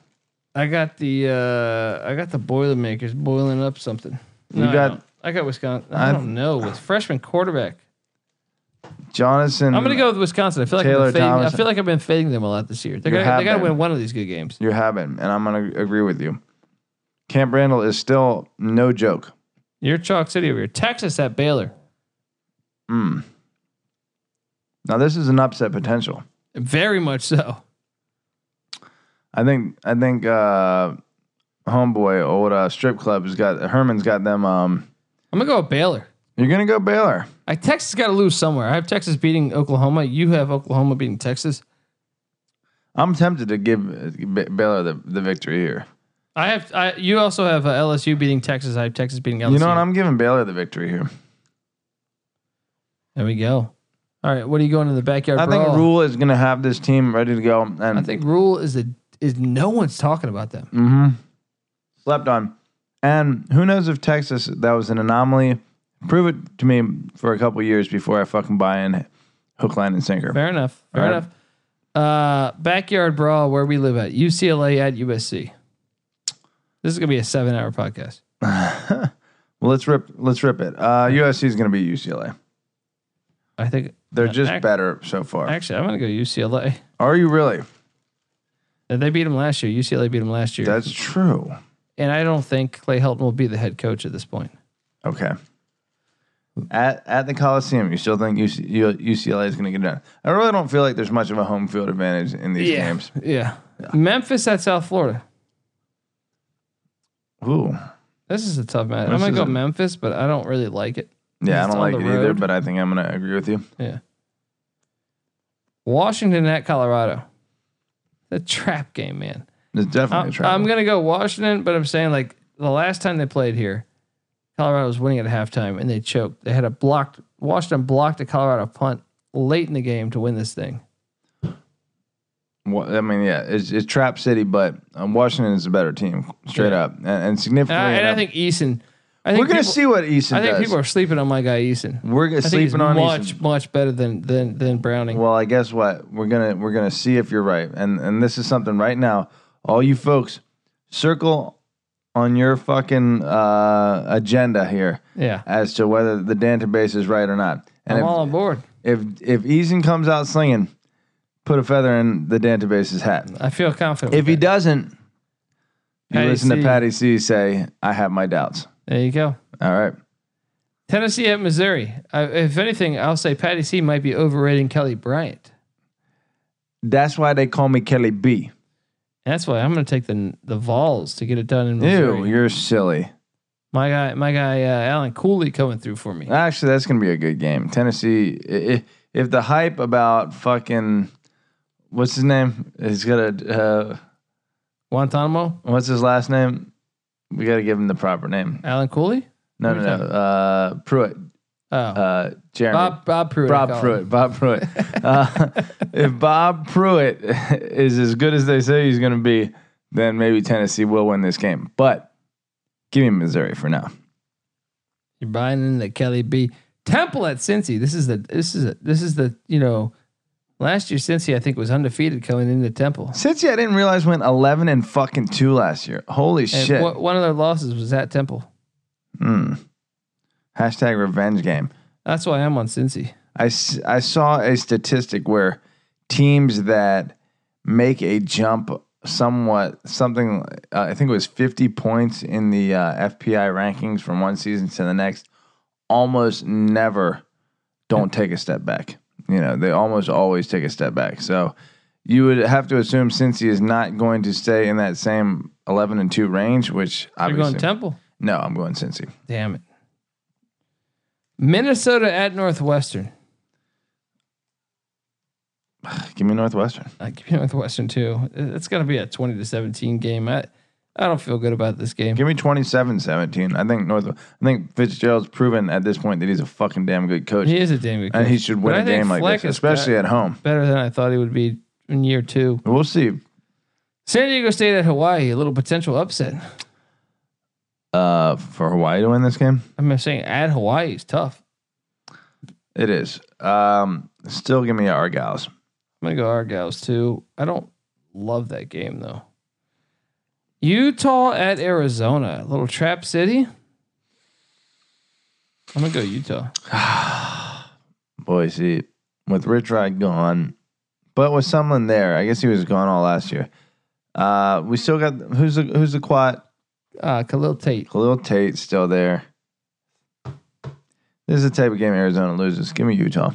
I got the uh I got the Boilermakers boiling up something. You I got- don't. I, got Wisconsin. I, I- don't know with freshman quarterback. Jonathan. I'm gonna go with Wisconsin. I feel like Taylor I've been fading, I Thomas. feel like I've been fading them a lot this year. They You got have they got to been. win one of these good games. You haven't, and I'm gonna agree with you. Camp Randall is still no joke. You're Chalk City over here. Texas at Baylor. Mm. Now this is an upset potential. Very much so. I think I think uh, homeboy old uh, strip club has got Herman's got them. Um, I'm gonna go with Baylor. you're gonna go Baylor. I Texas got to lose somewhere. I have Texas beating Oklahoma. You have Oklahoma beating Texas. I'm tempted to give uh, B- Baylor the, the victory here. I have. I, you also have uh, LSU beating Texas. I have Texas beating LSU. You know what? I'm giving Baylor the victory here. there we go. All right. What are you going to the backyard? I think brawl? Rule is gonna have this team ready to go, and I think Rule is the is no one's talking about them. hmm slept on. And who knows if Texas that was an anomaly? Prove it to me for a couple years before I fucking buy in hook, line, and sinker. Fair enough. Fair All right. enough. Uh, backyard brawl where we live at UCLA at USC. This is gonna be a seven hour podcast. Well, let's rip. Let's rip it. Uh, USC is gonna be UCLA. I think They're uh, just ac- better so far. Actually, I'm gonna go UCLA. Are you really? Uh, They beat them last year. UCLA beat them last year, That's true. and I don't think Clay Helton will be the head coach at this point. Okay. At at the Coliseum, you still think UC, U- UCLA is going to get done? I really don't feel like there's much of a home field advantage in these games. yeah. Memphis at South Florida. Ooh, This is a tough match. I'm This gonna is go a- Memphis, but I don't really like it. yeah, I It's don't on like the it either, road. but I think I'm going to agree with you. Yeah. Washington at Colorado. The trap game, man. It's definitely a I'm, trap. Uh, I'm gonna go Washington, but I'm saying like the last time they played here, Colorado was winning at halftime and they choked. They had a blocked Washington blocked a Colorado punt late in the game to win this thing. Wa- I mean, yeah, it's, it's trap city, but um, Washington is a better team, straight Yeah. up, and, and And significantly. I, and I enough- think Eason. I think we're going to people- see what Easton I think does. people are sleeping on my guy Eason. we're gonna I think he's sleeping on much Easton. much better than than than Browning. Well, I guess what we're gonna we're gonna see if you're right, and and this is something right now, all you folks, circle on your fucking uh, agenda here yeah, as to whether the Danta base is right or not. And I'm all on board. if if if Eason comes out slinging, put a feather in the Danta base's hat. I feel confident. If with he that. doesn't, you Patty listen C. to Patty C say, "I have my doubts." there you go. All right, Tennessee at Missouri. I, if anything, I'll say Patty C might be overrating Kelly Bryant. that's why they call me Kelly B. That's why I'm going to take the the Vols to get it done in Missouri. Ew, you're silly. My guy, my guy, uh, Alan Cooley coming through for me. Actually, that's going to be a good game. Tennessee, if, if the hype about fucking, what's his name? He's got a, uh, Guantanamo, what's his last name? We got to give him the proper name. Alan Cooley, No, Who no, are no. you Uh, Pruitt. oh, Uh, Jeremy. Bob Bob Pruitt, I Bob call Pruitt. him. Bob Pruitt. Uh, if Bob Pruitt is as good as they say he's going to be, then maybe Tennessee will win this game. But give me Missouri for now. You're buying into Kelly B. Temple at Cincy. This is the this is a, this is the you know last year Cincy I think was undefeated coming into Temple. Cincy, I didn't realize went 11 and fucking 2 last year. Holy And shit. wh- one of their losses was at Temple. Hmm. Hashtag revenge game. That's why I'm on Cincy. I, s- I saw a statistic where teams that make a jump somewhat, something, uh, I think it was 50 points in the uh, FPI rankings from one season to the next, almost never don't take a step back. You know, they almost always take a step back. So you would have to assume since he is not going to stay in that same 11 and 2 range, which You're going obviously. Temple. no, I'm going Cincy. Damn it. Minnesota at Northwestern. Give me Northwestern. I give you Northwestern too. It's going to be a 20 to 17 game. I, I don't feel good about this game. Give me 27 17. I think North. I think Fitzgerald's proven at this point that he's a fucking damn good coach. He is a damn good and coach. he should win But I a think game like Fleck this, has especially got- at home. better than I thought he would be in year two. We'll see. San Diego State at Hawaii, a little potential upset. Uh, for Hawaii to win this game, I'm saying at Hawaii is tough. it is. Um, still give me Argyles. I'm gonna go Argyles too. I don't love that game though. Utah at Arizona, a little trap city. I'm gonna go Utah. Boise with Rich Rod gone, but with someone there. I guess he was gone all last year. Uh, we still got who's the who's the quad? Uh, Khalil Tate. Khalil Tate still there. This is the type of game Arizona loses. Give me Utah.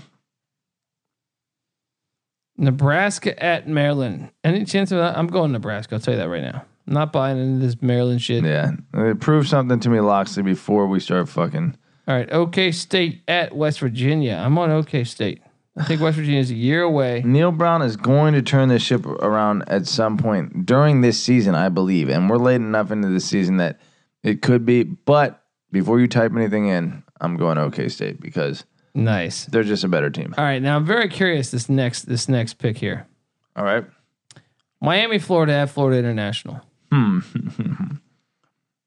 Nebraska at Maryland. Any chance of that? I'm going Nebraska. I'll tell you that right now. I'm not buying into this Maryland shit. Yeah, it proved something to me, Loxley, before we start fucking. All right. OK State at West Virginia. I'm on OK State. I think West Virginia is a year away. Neil Brown is going to turn this ship around at some point during this season, I believe. And we're late enough into the season that it could be. But before you type anything in, I'm going OK State because Nice. they're just a better team. All right. Now I'm very curious this next this next pick here. All right. Miami, Florida at Florida International. Hmm.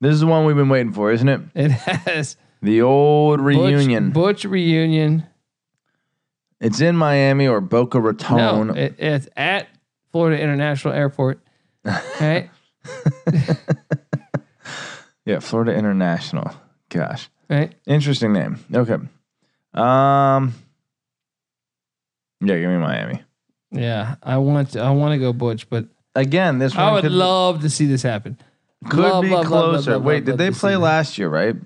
This is the one we've been waiting for, isn't it? It has The old Butch- reunion. Butch, reunion. it's in Miami or Boca No, Raton. it, it's at Florida International Airport. All right. yeah, Florida International. Gosh. All right. Interesting name. Okay. Um. Yeah, give me Miami Yeah. I want to, I want to go Butch, but again. This one I would could, love to see this happen. could love, be love, love, closer. love, love, Wait, love, did love they to play see that. last year? Right.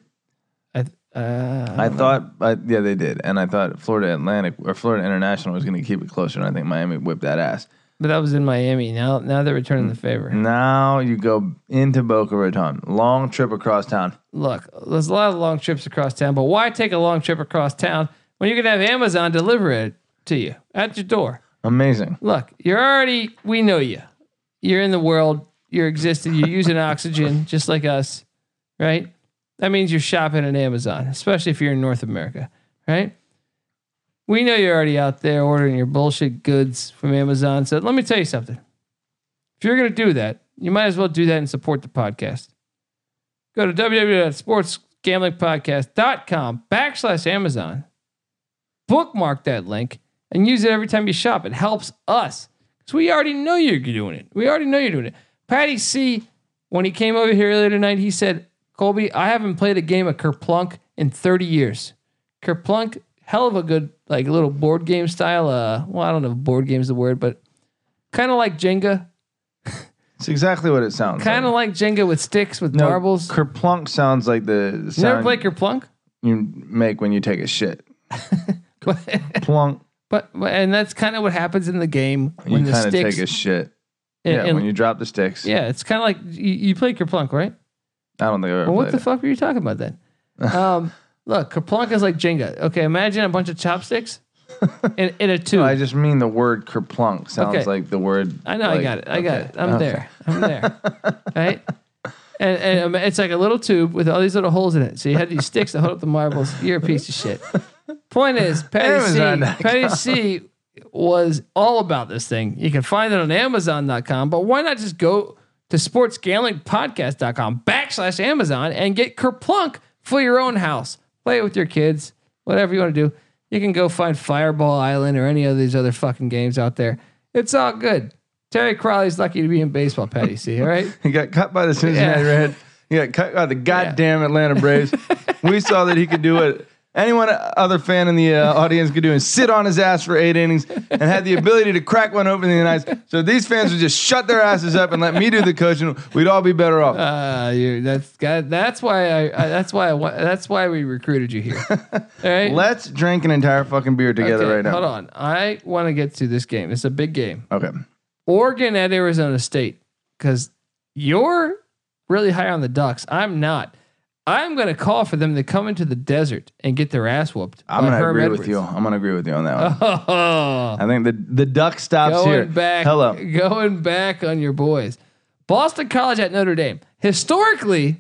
I, th- uh, I thought. I, yeah, they did, and I thought Florida Atlantic or Florida International was going to keep it closer, and I think Miami whipped that ass. but that was in Miami. Now, now they're returning the Mm-hmm. favor. Now you go into Boca Raton. Long trip across town. Look, there's a lot of long trips across town, but why take a long trip across town when you can have Amazon deliver it to you at your door? Amazing. Look, you're already, we know you. You're in the world, you're existing, you're using oxygen just like us, right? That means you're shopping at Amazon, especially if you're in North America, right? We know you're already out there ordering your bullshit goods from Amazon. So let me tell you something. If you're going to do that, you might as well do that and support the podcast. Go to www.sportsgamblingpodcast.com backslash Amazon. Bookmark that link and use it every time you shop. It helps us because we already know you're doing it. We already know you're doing it. Patty C, when he came over here earlier tonight, he said, Colby, I haven't played a game of Kerplunk in 30 years. Kerplunk, hell of a good, like little board game style. Uh, well, I don't know if board game's the word, but kind of like Jenga, It's exactly what it sounds. kind of like. like Jenga with sticks with No, marbles. Kerplunk sounds like the You never sound play Kerplunk? you make when you take a shit. But, Plunk. but and that's kind of what happens in the game You when the kind of sticks. take a shit. and- yeah, and- when you drop the sticks. yeah, it's kind of like you, you play Kerplunk, right? I don't think I ever Well, what played the it. fuck were you talking about then? Um, look, Kerplunk is like Jenga. Okay, imagine a bunch of chopsticks in, in a tube. I I, just mean the word kerplunk sounds Okay. like the word. know, I like- got it. I got okay. it. I'm there. I'm there. right? And, and um, it's like a little tube with all these little holes in it. So you had these sticks that hold up the marbles. You're a piece of shit. Point is, Patty C, Amazon.com. Patty C was all about this thing. You can find it on Amazon.com, but why not just go to sportsgamblingpodcast.com backslash Amazon and get Kerplunk for your own house. Play it with your kids, whatever you want to do. You can go find Fireball Island or any of these other fucking games out there. It's all good. Terry Crowley's lucky to be in baseball, Patty C. All right. He got cut by the Cincinnati Yeah. Reds. He got cut by the goddamn Atlanta Braves. we saw that he could do it. Anyone other fan in the uh, audience could do and sit on his ass for eight innings and had the ability to crack one open in the night. So these fans would just shut their asses up and let me do the coaching. We'd all be better off. Uh, you, that's got, that's why I, I that's why I, wa- that's why we recruited you here. All right. Let's drink an entire fucking beer together Okay, right now. Hold on. I want to get to this game. It's a big game. Okay. Oregon at Arizona State because you're really high on the Ducks. I'm not. I'm going to call for them to come into the desert and get their ass whooped. I'm by gonna Herm agree Edwards. with you. I'm gonna agree with you on that one. Oh, I think the the duck stops going here. back, Hello. going back on your boys. Boston College at Notre Dame. Historically,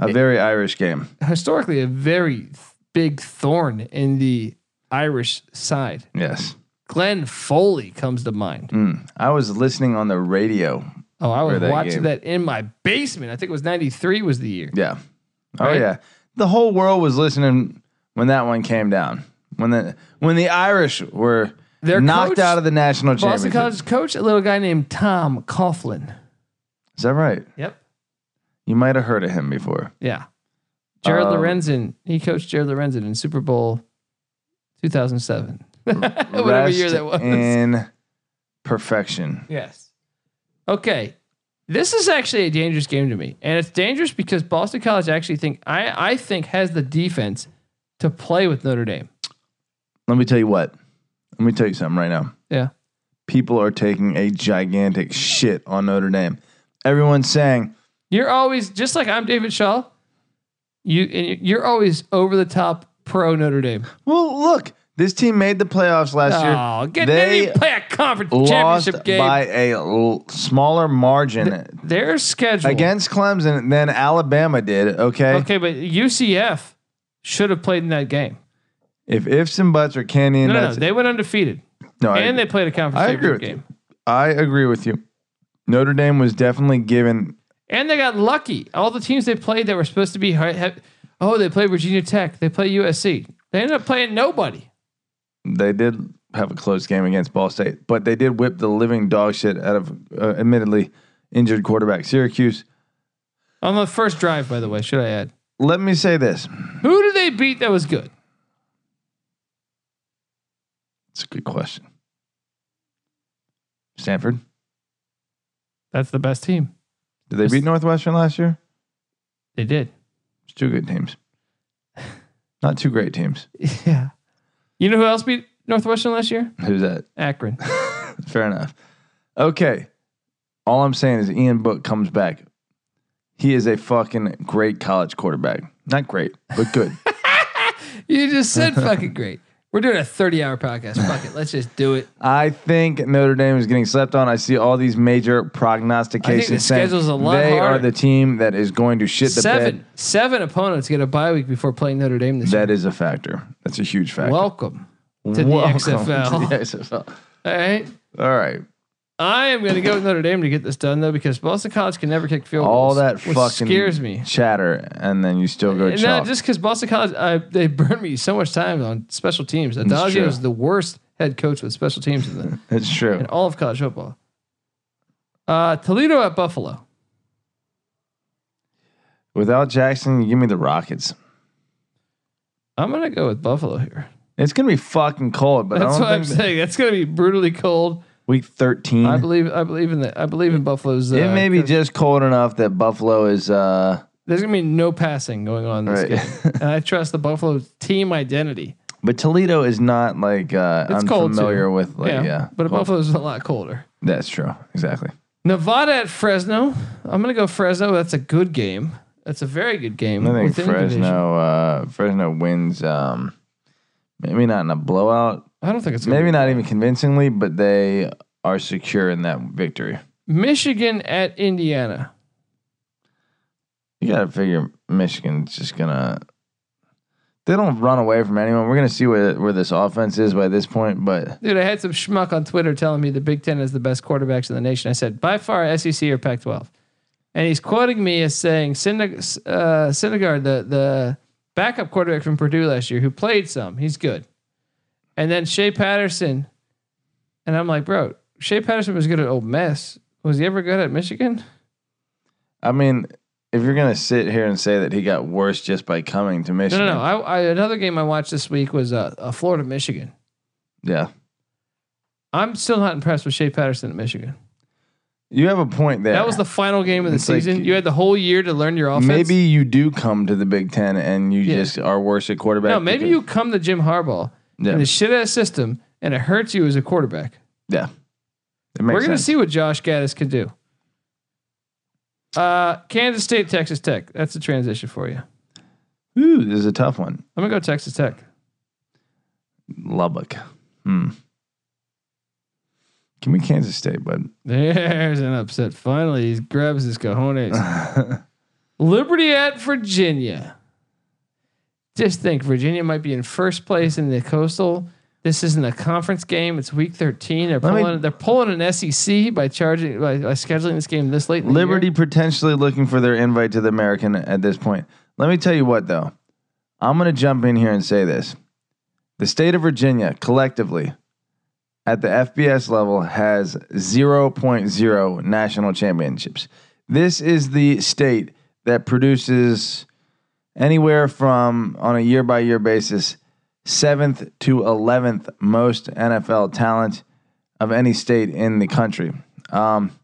A very Irish game. historically a very th- big thorn in the Irish side. Yes. Glenn Foley comes to mind. Mm. I was listening on the radio. Oh, I was Or that watching game. that in my basement. I think it was 93 was the year. Yeah. Oh Right? yeah. The whole world was listening when that one came down. When the when the Irish were Their knocked coach- out of the national Boston championship. College coach, a little guy named Tom Coughlin. Is that right? Yep. You might have heard of him before. Yeah. Jared Um, Lorenzen. He coached Jared Lorenzen in Super Bowl 2007. Whatever year Rest that was. In perfection. Yes. Okay. This is actually a dangerous game to me. And it's dangerous because Boston College actually think I, I think has the defense to play with Notre Dame. Let me tell you what. Let me tell you something right now. Yeah. People are taking a gigantic shit on Notre Dame. Everyone's saying, You're always just like I'm David Shaw. You and you're always over the top pro Notre Dame. "Well, look, this team made the playoffs last year. Oh, get They they play a conference championship lost game. by a l- smaller margin Their schedule against Clemson than Alabama did. Okay? Okay, but UCF should have played in that game. if ifs and buts are candy and No, no, nuts, they went undefeated, no, I, and they played a conference I agree championship with game, you. I agree with you. Notre Dame was definitely given. and they got lucky. All the teams they played that were supposed to be hard, have, oh, they played Virginia Tech, they played USC, they ended up playing nobody. They did have a close game against Ball State, but they did whip the living dog shit out of uh, admittedly injured quarterback Syracuse. On the first drive, by the way, should I add? Let me say this: Who did they beat that was good? it's a good question. Stanford, That's the best team. did they beat Northwestern last year? They did. It's two good teams. Not two great teams. Yeah. You know who else beat Northwestern last year? Who's that? Akron. Fair enough. Okay. All I'm saying is Ian Book comes back. He is a fucking great college quarterback. Not great, but good. you just said fucking great. We're doing a 30 hour podcast. Fuck it. Let's just do it. I think Notre Dame is getting slept on. I see all these major prognostications I think the saying schedule's a lot they harder. are the team that is going to shit the seven bed. seven opponents get a bye week before playing Notre Dame this That is a factor. That's a huge year. factor. Welcome. to the Welcome XFL. the XFL. All right. All right. I am going to go with Notre Dame to get this done though, because Boston College can never kick field All goals. that which fucking scares me. chatter, and then you still go And not chalk. just because Boston College, I, they burned me so much time on special teams. true. Adazio is the worst head coach with special teams in, the, it's true. in all of college football. Uh, Toledo at Buffalo. Without Jackson, you give me the Rockets. I'm going to go with Buffalo here. It's gonna be fucking cold, but That's I don't what think I'm saying. That's going to be brutally cold. week thirteen. I believe. I believe in the. I believe in Buffalo's. Uh, it may be just cold enough that Buffalo is uh There's gonna be no passing going on in this Right. game, and I trust the Buffalo team identity. but Toledo is not like uh It's cold, unfamiliar too. with like yeah. but Well, Buffalo's a lot colder. That's true. Exactly. Nevada at Fresno. I'm gonna go Fresno. That's a good game. That's a very good game. I think within the division. Fresno uh Fresno wins um maybe not in a blowout, I don't think it's maybe maybe not even convincingly, but they are secure in that victory. Michigan at Indiana. You gotta figure Michigan's just gonna. They don't run away from anyone. We're gonna see where where this offense is by this point, but Dude, I had some schmuck on Twitter telling me the Big Ten has the best quarterbacks in the nation. I said, by far, SEC or Pac 12. And he's quoting me as saying, Syndergaard, uh, Syndergaard, the, the backup quarterback from Purdue last year, who played some, he's good. And then Shea Patterson. And I'm like, bro, Shea Patterson was good at Old Miss. Was he ever good at Michigan? I mean, if you're gonna sit here and say that he got worse just by coming to No, Michigan, no, no. I, I, another game I watched this week was uh, uh, Florida, Michigan. yeah, I'm still not impressed with Shea Patterson at Michigan. you have a point there. That was the final game of the It's like- season. you had the whole year to learn your offense. maybe you do come to the Big Ten and you Yeah. just are worse at quarterback. No, maybe you because- come to Jim Harbaugh Yeah, and the shit ass system, and it hurts you as a quarterback. yeah. It makes We're going to sense. see what Josh Gaddis can do. Uh, Kansas State, Texas Tech. That's a transition for you. Ooh, this is a tough one. I'm going to go Texas Tech. Lubbock. Hmm. Give me Kansas State, bud. There's an upset. Finally, he grabs his cojones. Liberty at Virginia. Just think Virginia might be in first place in the coastal. This isn't a conference game. It's week 13. They're Let me- pulling, they're pulling an SEC by charging by, by scheduling this game this late. In the year. Liberty potentially looking for their invite to the American at this point. Let me tell you what, though. I'm going to jump in here and say this. The state of Virginia collectively at the FBS level has 0.0 national championships. This is the state that produces anywhere from, on a year by year basis, seventh to 11th most NFL talent of any state in the country. Um,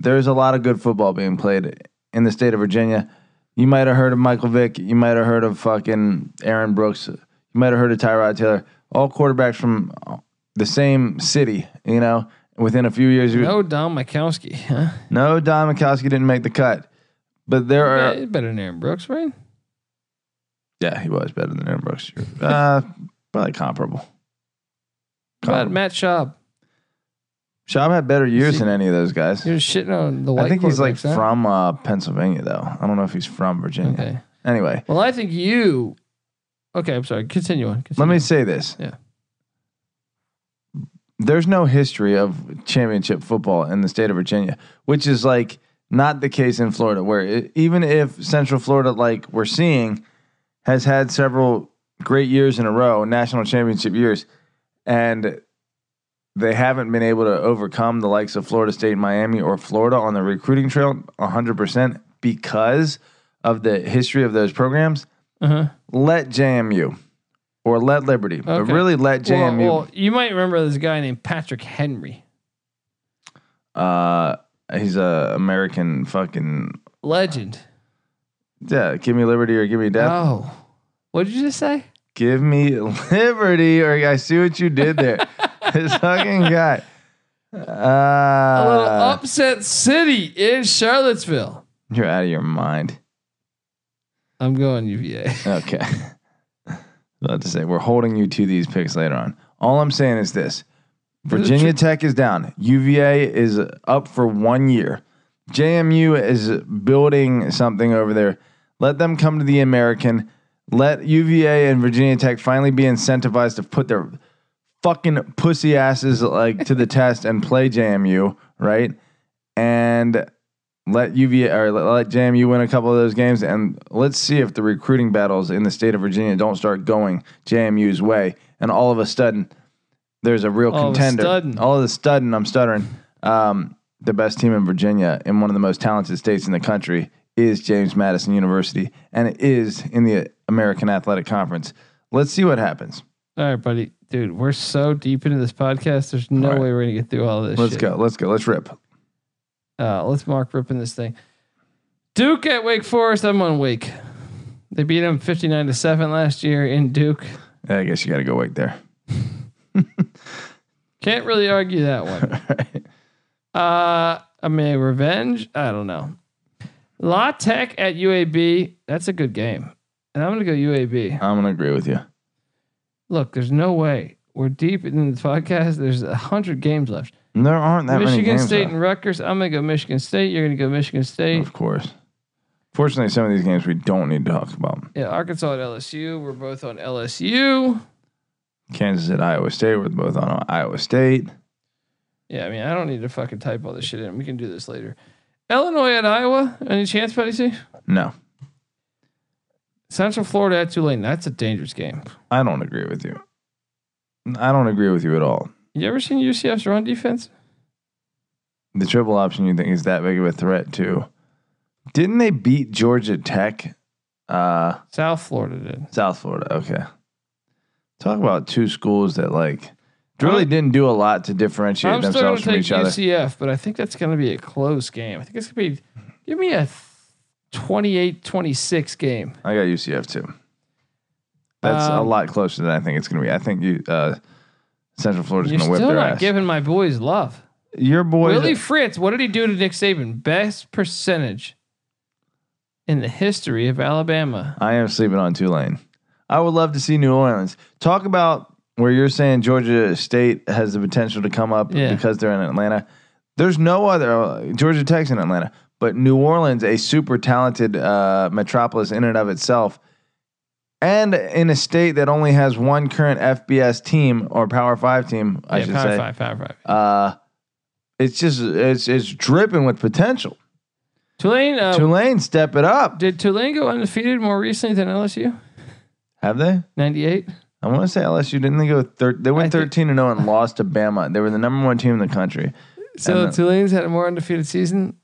there's a lot of good football being played in the state of Virginia. You might have heard of Michael Vick. You might have heard of fucking Aaron Brooks. You might have heard of Tyrod Taylor. All quarterbacks from the same city, you know, within a few years. No Dom Mikowski. Huh? No, Don Mikowski didn't make the cut. But there are. He's better than Aaron Brooks, right? Yeah, he was better than Aaron Brooks. You're- Uh, probably comparable. But comparable. Matt Schaub. Schaub had better years than any of those guys. You're shitting on the white I think he's like quarterbacks, huh? from uh, Pennsylvania, though. I don't know if he's from Virginia. Okay. Anyway, Well, I think you. Okay, I'm sorry. Continue on. Let Continue me say this. Yeah. There's no history of championship football in the state of Virginia, which is like not the case in Florida, where it, even if Central Florida, like we're seeing, has had several great years in a row, national championship years, and they haven't been able to overcome the likes of Florida State, Miami, or Florida on the recruiting trail 100% because of the history of those programs. Uh-huh. Let JMU or let Liberty, but Okay. really let Well, JMU. well, you might remember this guy named Patrick Henry. Uh, he's a American fucking Legend. yeah. Give me liberty or give me death. Oh. What did you just say? Give me liberty or I see what you did there. this fucking guy. A little Uh, upset city in Charlottesville. you're out of your mind. I'm going UVA. Okay. About to say we're holding you to these picks later on. All I'm saying is this: Virginia Tech is down. UVA is up for one year. JMU is building something over there. Let them come to the American. Let UVA and Virginia Tech finally be incentivized to put their fucking pussy asses like to the test and play JMU, right? And let UVA or let, let JMU win a couple of those games, and let's see if the recruiting battles in the state of Virginia don't start going JMU's way, and all of a sudden there's a real All of a contender. sudden. All of a sudden, I'm stuttering. Um, the best team in Virginia, in one of the most talented states in the country, is James Madison University, and it is in the American Athletic Conference. Let's see what happens. All right, buddy. Dude, we're so deep into this podcast. There's no All right. way we're going to get through all of this Let's shit. go. Let's go. Let's rip. Uh, let's mark ripping this thing. Duke at Wake Forest. I'm on Wake. They beat them 59 to 7 last year in Duke. I guess you got to go wait there. Can't really argue that one. Uh, I mean, revenge. I don't know. La Tech at UAB. That's a good game, and I'm gonna go UAB. I'm gonna agree with you. Look, there's no way we're deep in the podcast. There's a hundred games left. There aren't that many Michigan games. State though. and Rutgers. I'm gonna go Michigan State. You're gonna go Michigan State. Of course. Fortunately, some of these games we don't need to talk about. Yeah, Arkansas at LSU. We're both on LSU. Kansas at Iowa State. We're both on Iowa State. Yeah, I mean, I don't need to fucking type all this shit in. We can do this later. Illinois at Iowa. Any chance, buddy? See No, Central Florida at Tulane. That's a dangerous game. I don't agree with you. I don't agree with you at all. You ever seen UCF's run defense? The triple option you think is that big of a threat to? Didn't they beat Georgia Tech? Uh, South Florida did. South Florida. Okay. Talk about two schools that like really didn't do a lot to differentiate I'm still going themselves to from take each other. UCF, but I think that's going to be a close game. I think it's going to be, give me a 28 26 game. I got UCF too. That's a Um, lot closer than I think it's going to be. I think you uh, Central Florida's You're going to whip still their not ass. giving my boys love. Your boy. Willie Fritz, what did he do to Nick Saban? Best percentage in the history of Alabama. I am sleeping on Tulane. I would love to see New Orleans. Talk about where you're saying Georgia State has the potential to come up Yeah. because they're in Atlanta. There's no other uh, Georgia Tech's in Atlanta, but New Orleans, a super talented uh, metropolis in and of itself, and in a state that only has one current FBS team or Power Five team, I yeah, should power say. five, power five. Uh, it's just it's it's dripping with potential. Tulane, uh, Tulane, step it up. did Tulane go undefeated more recently than LSU? Have they? 98? I want to say LSU didn't they go thir- they went I think- thirteen and zero and lost to Bama. They were the number one team in the country. So And the- Tulane's had a more undefeated season,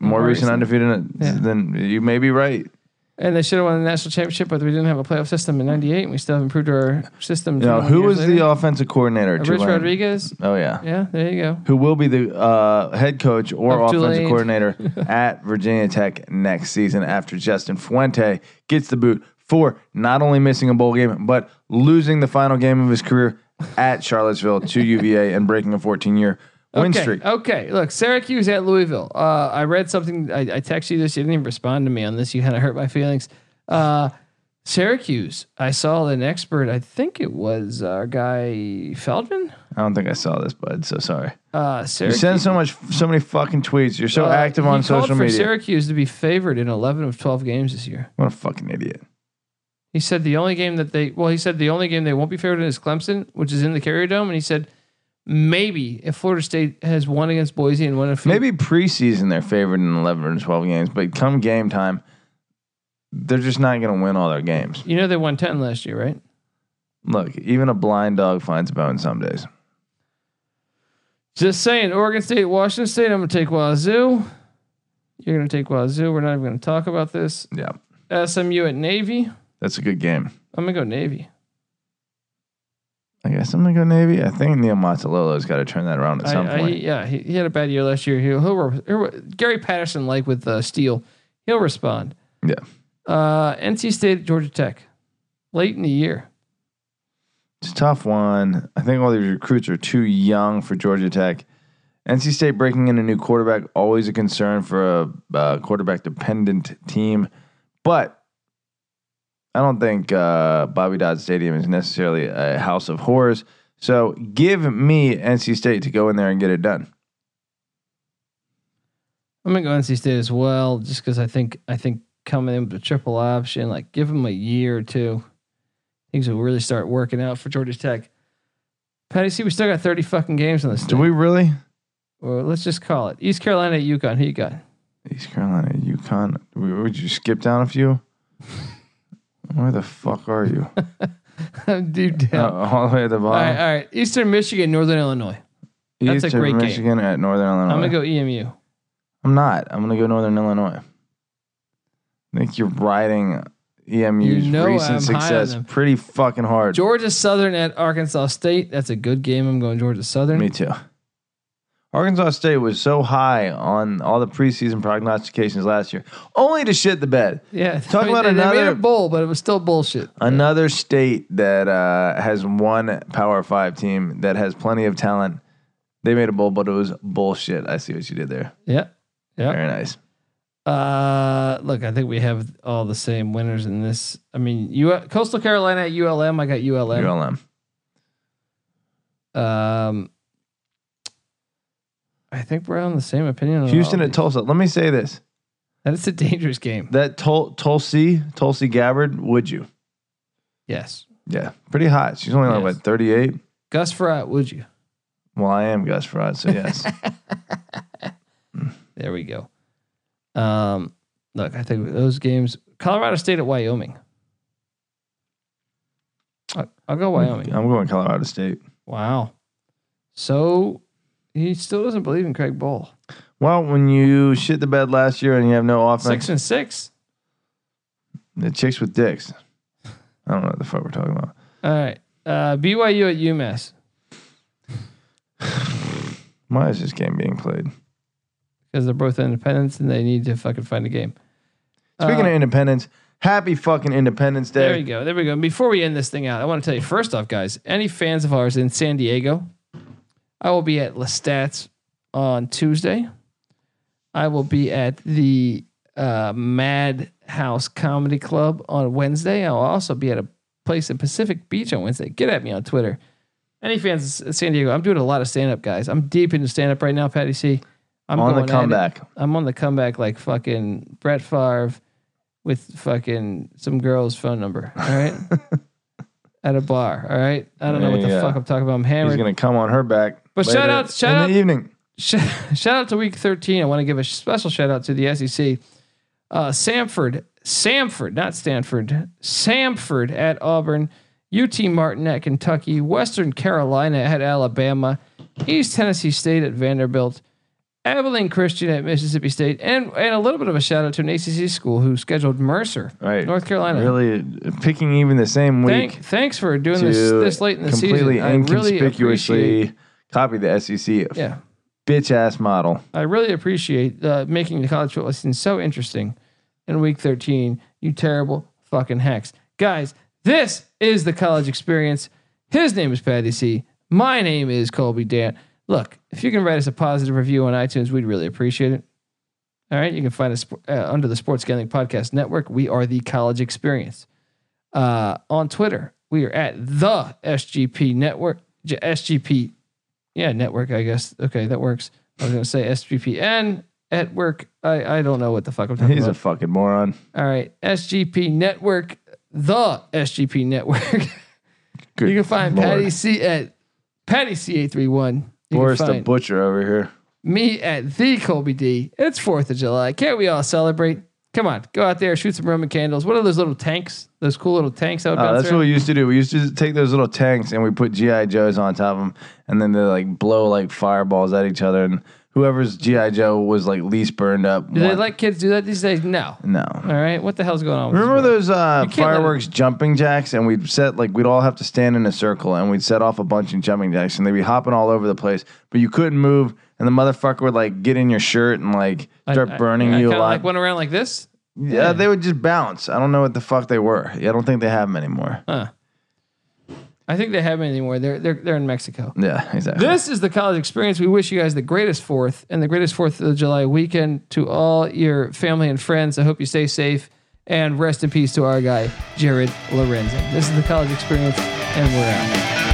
More, More recent recent. undefeated Yeah. than you may be right. and they should have won the national championship, but we didn't have a playoff system in '98, and we still haven't improved our system. You know, 21 who years was later. the offensive coordinator? at Uh, Rich Tulane? Rodriguez? Oh yeah. Yeah, there you go. Who will be the uh, head coach or Of offensive Tulane. coordinator at Virginia Tech next season after Justin Fuente gets the boot for not only missing a bowl game but losing the final game of his career at Charlottesville to UVA and breaking a 14-year win okay. streak. Okay, look, Syracuse at Louisville. Uh, I read something. I, I texted you this. You didn't even respond to me on this. You kind of hurt my feelings. Uh, Syracuse. I saw an expert. I think it was our guy Feldman. I don't think I saw this, bud. So sorry. Uh, You Syracuse. send so much, so many fucking tweets. You're so uh, active he on called social for media. Syracuse to be favored in 11 of 12 games this year. what a fucking idiot. He said the only game that they well, he said the only game they won't be favored in is Clemson, which is in the Carrier Dome, and he said maybe if Florida State has won against Boise and won a few, Maybe preseason they're favored in 11 or 12 games, but come game time, they're just not going to win all their games. you know they won 10 last year, right? Look, even a blind dog finds a bone some days. Just saying, Oregon State, Washington State. I'm gonna take Wazoo. You're gonna take Wazoo. We're not even gonna talk about this. Yeah, SMU at Navy. that's a good game. I'm gonna go Navy. I guess I'm going to go Navy. I think Neil Mazzalolo's got to turn that around at I, some I- point. yeah, he, he had a bad year last year. He'll, he'll, re- he'll re- Gary Patterson, like with uh, Steele, he'll respond. Yeah. Uh, NC State, Georgia Tech, late in the year. It's a tough one. I think all these recruits are too young for Georgia Tech. NC State breaking in a new quarterback always a concern for a uh, quarterback dependent team, but I don't think uh, Bobby Dodd Stadium is necessarily a house of horrors. So give me NC State to go in there and get it done. I'm gonna go NC State as well, just because I think I think coming in with a triple option, like give them a year or two, things will really start working out for Georgia Tech. Patty, see, we still got 30 fucking games on this. Do thing. we really? Or let's just call it East Carolina, at UConn. Who you got? East Carolina, UConn. W- Would you skip down a few? Where the fuck are you? I'm deep Oh, down. all the way at the all right, bottom. all right. Eastern Michigan, Northern Illinois. that's a Eastern great game. Michigan at Northern Illinois. I'm gonna go E EMU. I'm not. I'm gonna go Northern Illinois. I think you're riding EMU's You know recent I'm high on success them. pretty fucking hard. Georgia Southern at Arkansas State. That's a good game. I'm going Georgia Southern. Me too. Arkansas State was so high on all the preseason prognostications last year, only to shit the bed. Yeah, Talk about they, They made another- a bowl, but it was still bullshit. Another state that uh, has one Power Five team that has plenty of talent. They made a bowl, but it was bullshit. I see what you did there. Yeah. Yep. Very nice. Uh, look, I think we have all the same winners in this. I mean, you Coastal Carolina at ULM. I got ULM. ULM. Um, I think we're on the same opinion. on Houston all at these. Tulsa. Let me say this. That is a dangerous game. That Tul- Tulsi, Tulsi Gabbard, would you? Yes. Yeah, pretty hot. She's only like Yes. what thirty eight. Gus Frat, would you? Well, I am Gus Frat, so yes. There we go. Um, look, I think those games. Colorado State at Wyoming. I, I'll go Wyoming. I'm going Colorado State. Wow. So he still doesn't believe in Craig Bowl. Well, when you shit the bed last year and you have no offense, Six and six. the chicks with dicks. I don't know what the fuck we're talking about. All right. Uh, BYU at UMass Why is this game being played? because they're both independents and they need to fucking find a game. Speaking Uh, of independence, happy fucking Independence there we Day. go. There we go. And Before we end this thing out, I want to tell you first off, guys, any fans of ours in San Diego, I will be at LeStats on Tuesday. I will be at the uh, Mad House Comedy Club on Wednesday. I'll also be at a place in Pacific Beach on Wednesday. Get at me on Twitter. Any fans in San Diego? I'm doing a lot of stand up, guys. I'm deep into stand up right now, Patty C. I'm on going the at it. comeback. I'm on the comeback like fucking Brett Favre with fucking some girl's phone number. All right. At a bar. All right. I don't know what the Yeah. fuck I'm talking about. I'm He's hammered. gonna come on her back. But later shout out- shout in out- the evening. Sh- shout out to week 13. I want to give a special shout out to the SEC. Uh, Samford, Samford, not Stanford, Samford at Auburn, UT Martin at Kentucky, Western Carolina at Alabama, East Tennessee State at Vanderbilt, Abilene Christian at Mississippi State, and, and a little bit of a shout out to an ACC school who scheduled Mercer, Right. North Carolina. Really picking even the same week. Thank, thanks for doing this to this late in the completely season. I really inconspicuously appreciate. copy the SEC Yeah. bitch ass model. I really appreciate uh, making the college football season so interesting in week 13. You terrible fucking hacks. Guys, this is the college experience. His name is Patty C. My name is Colby Dan. Look, if you can write us a positive review on iTunes, we'd really appreciate it. All right. You can find us uh, under the Sports Gambling Podcast Network. We are the college experience. Uh, on Twitter, we are at the SGP Network. J- SGP yeah, network, I guess. Okay, that works. I was gonna say SGPN at work. I, I don't know what the fuck I'm talking He's a about. fucking moron. All right, SGP Network, the SGP Network. Good you can find Lord. Patty C at Patty C eight three one. You Boris can the find butcher over here. me at the Colby D. It's Fourth of July. Can't we all celebrate? Come on, go out there, shoot some Roman candles. What are those little tanks? Those cool little tanks out Oh, there. that's what we used to do. We used to take those little tanks and we put GI Joes on top of them, and then they like blow like fireballs at each other, and whoever's GI Joe was like least burned up. Do they won. let kids do that these days? No. no. All right, what the hell's going on? With Remember this world? those uh, can't let it- fireworks jumping jacks, and we'd set like we'd all have to stand in a circle, and we'd set off a bunch of jumping jacks, and they'd be hopping all over the place, but you couldn't move, and the motherfucker would like get in your shirt and like start I- I- burning I you kinda alive. Like went around like this. yeah, they would just bounce. I don't know what the fuck they were. I don't think they have them anymore. I think they haven't anymore. They're they're they're in Mexico. Yeah, exactly. This is the college experience. We wish you guys the greatest fourth and the greatest fourth of July weekend to all your family and friends. I hope you stay safe and rest in peace to our guy, Jared Lorenzen. This is the college experience, and we're out.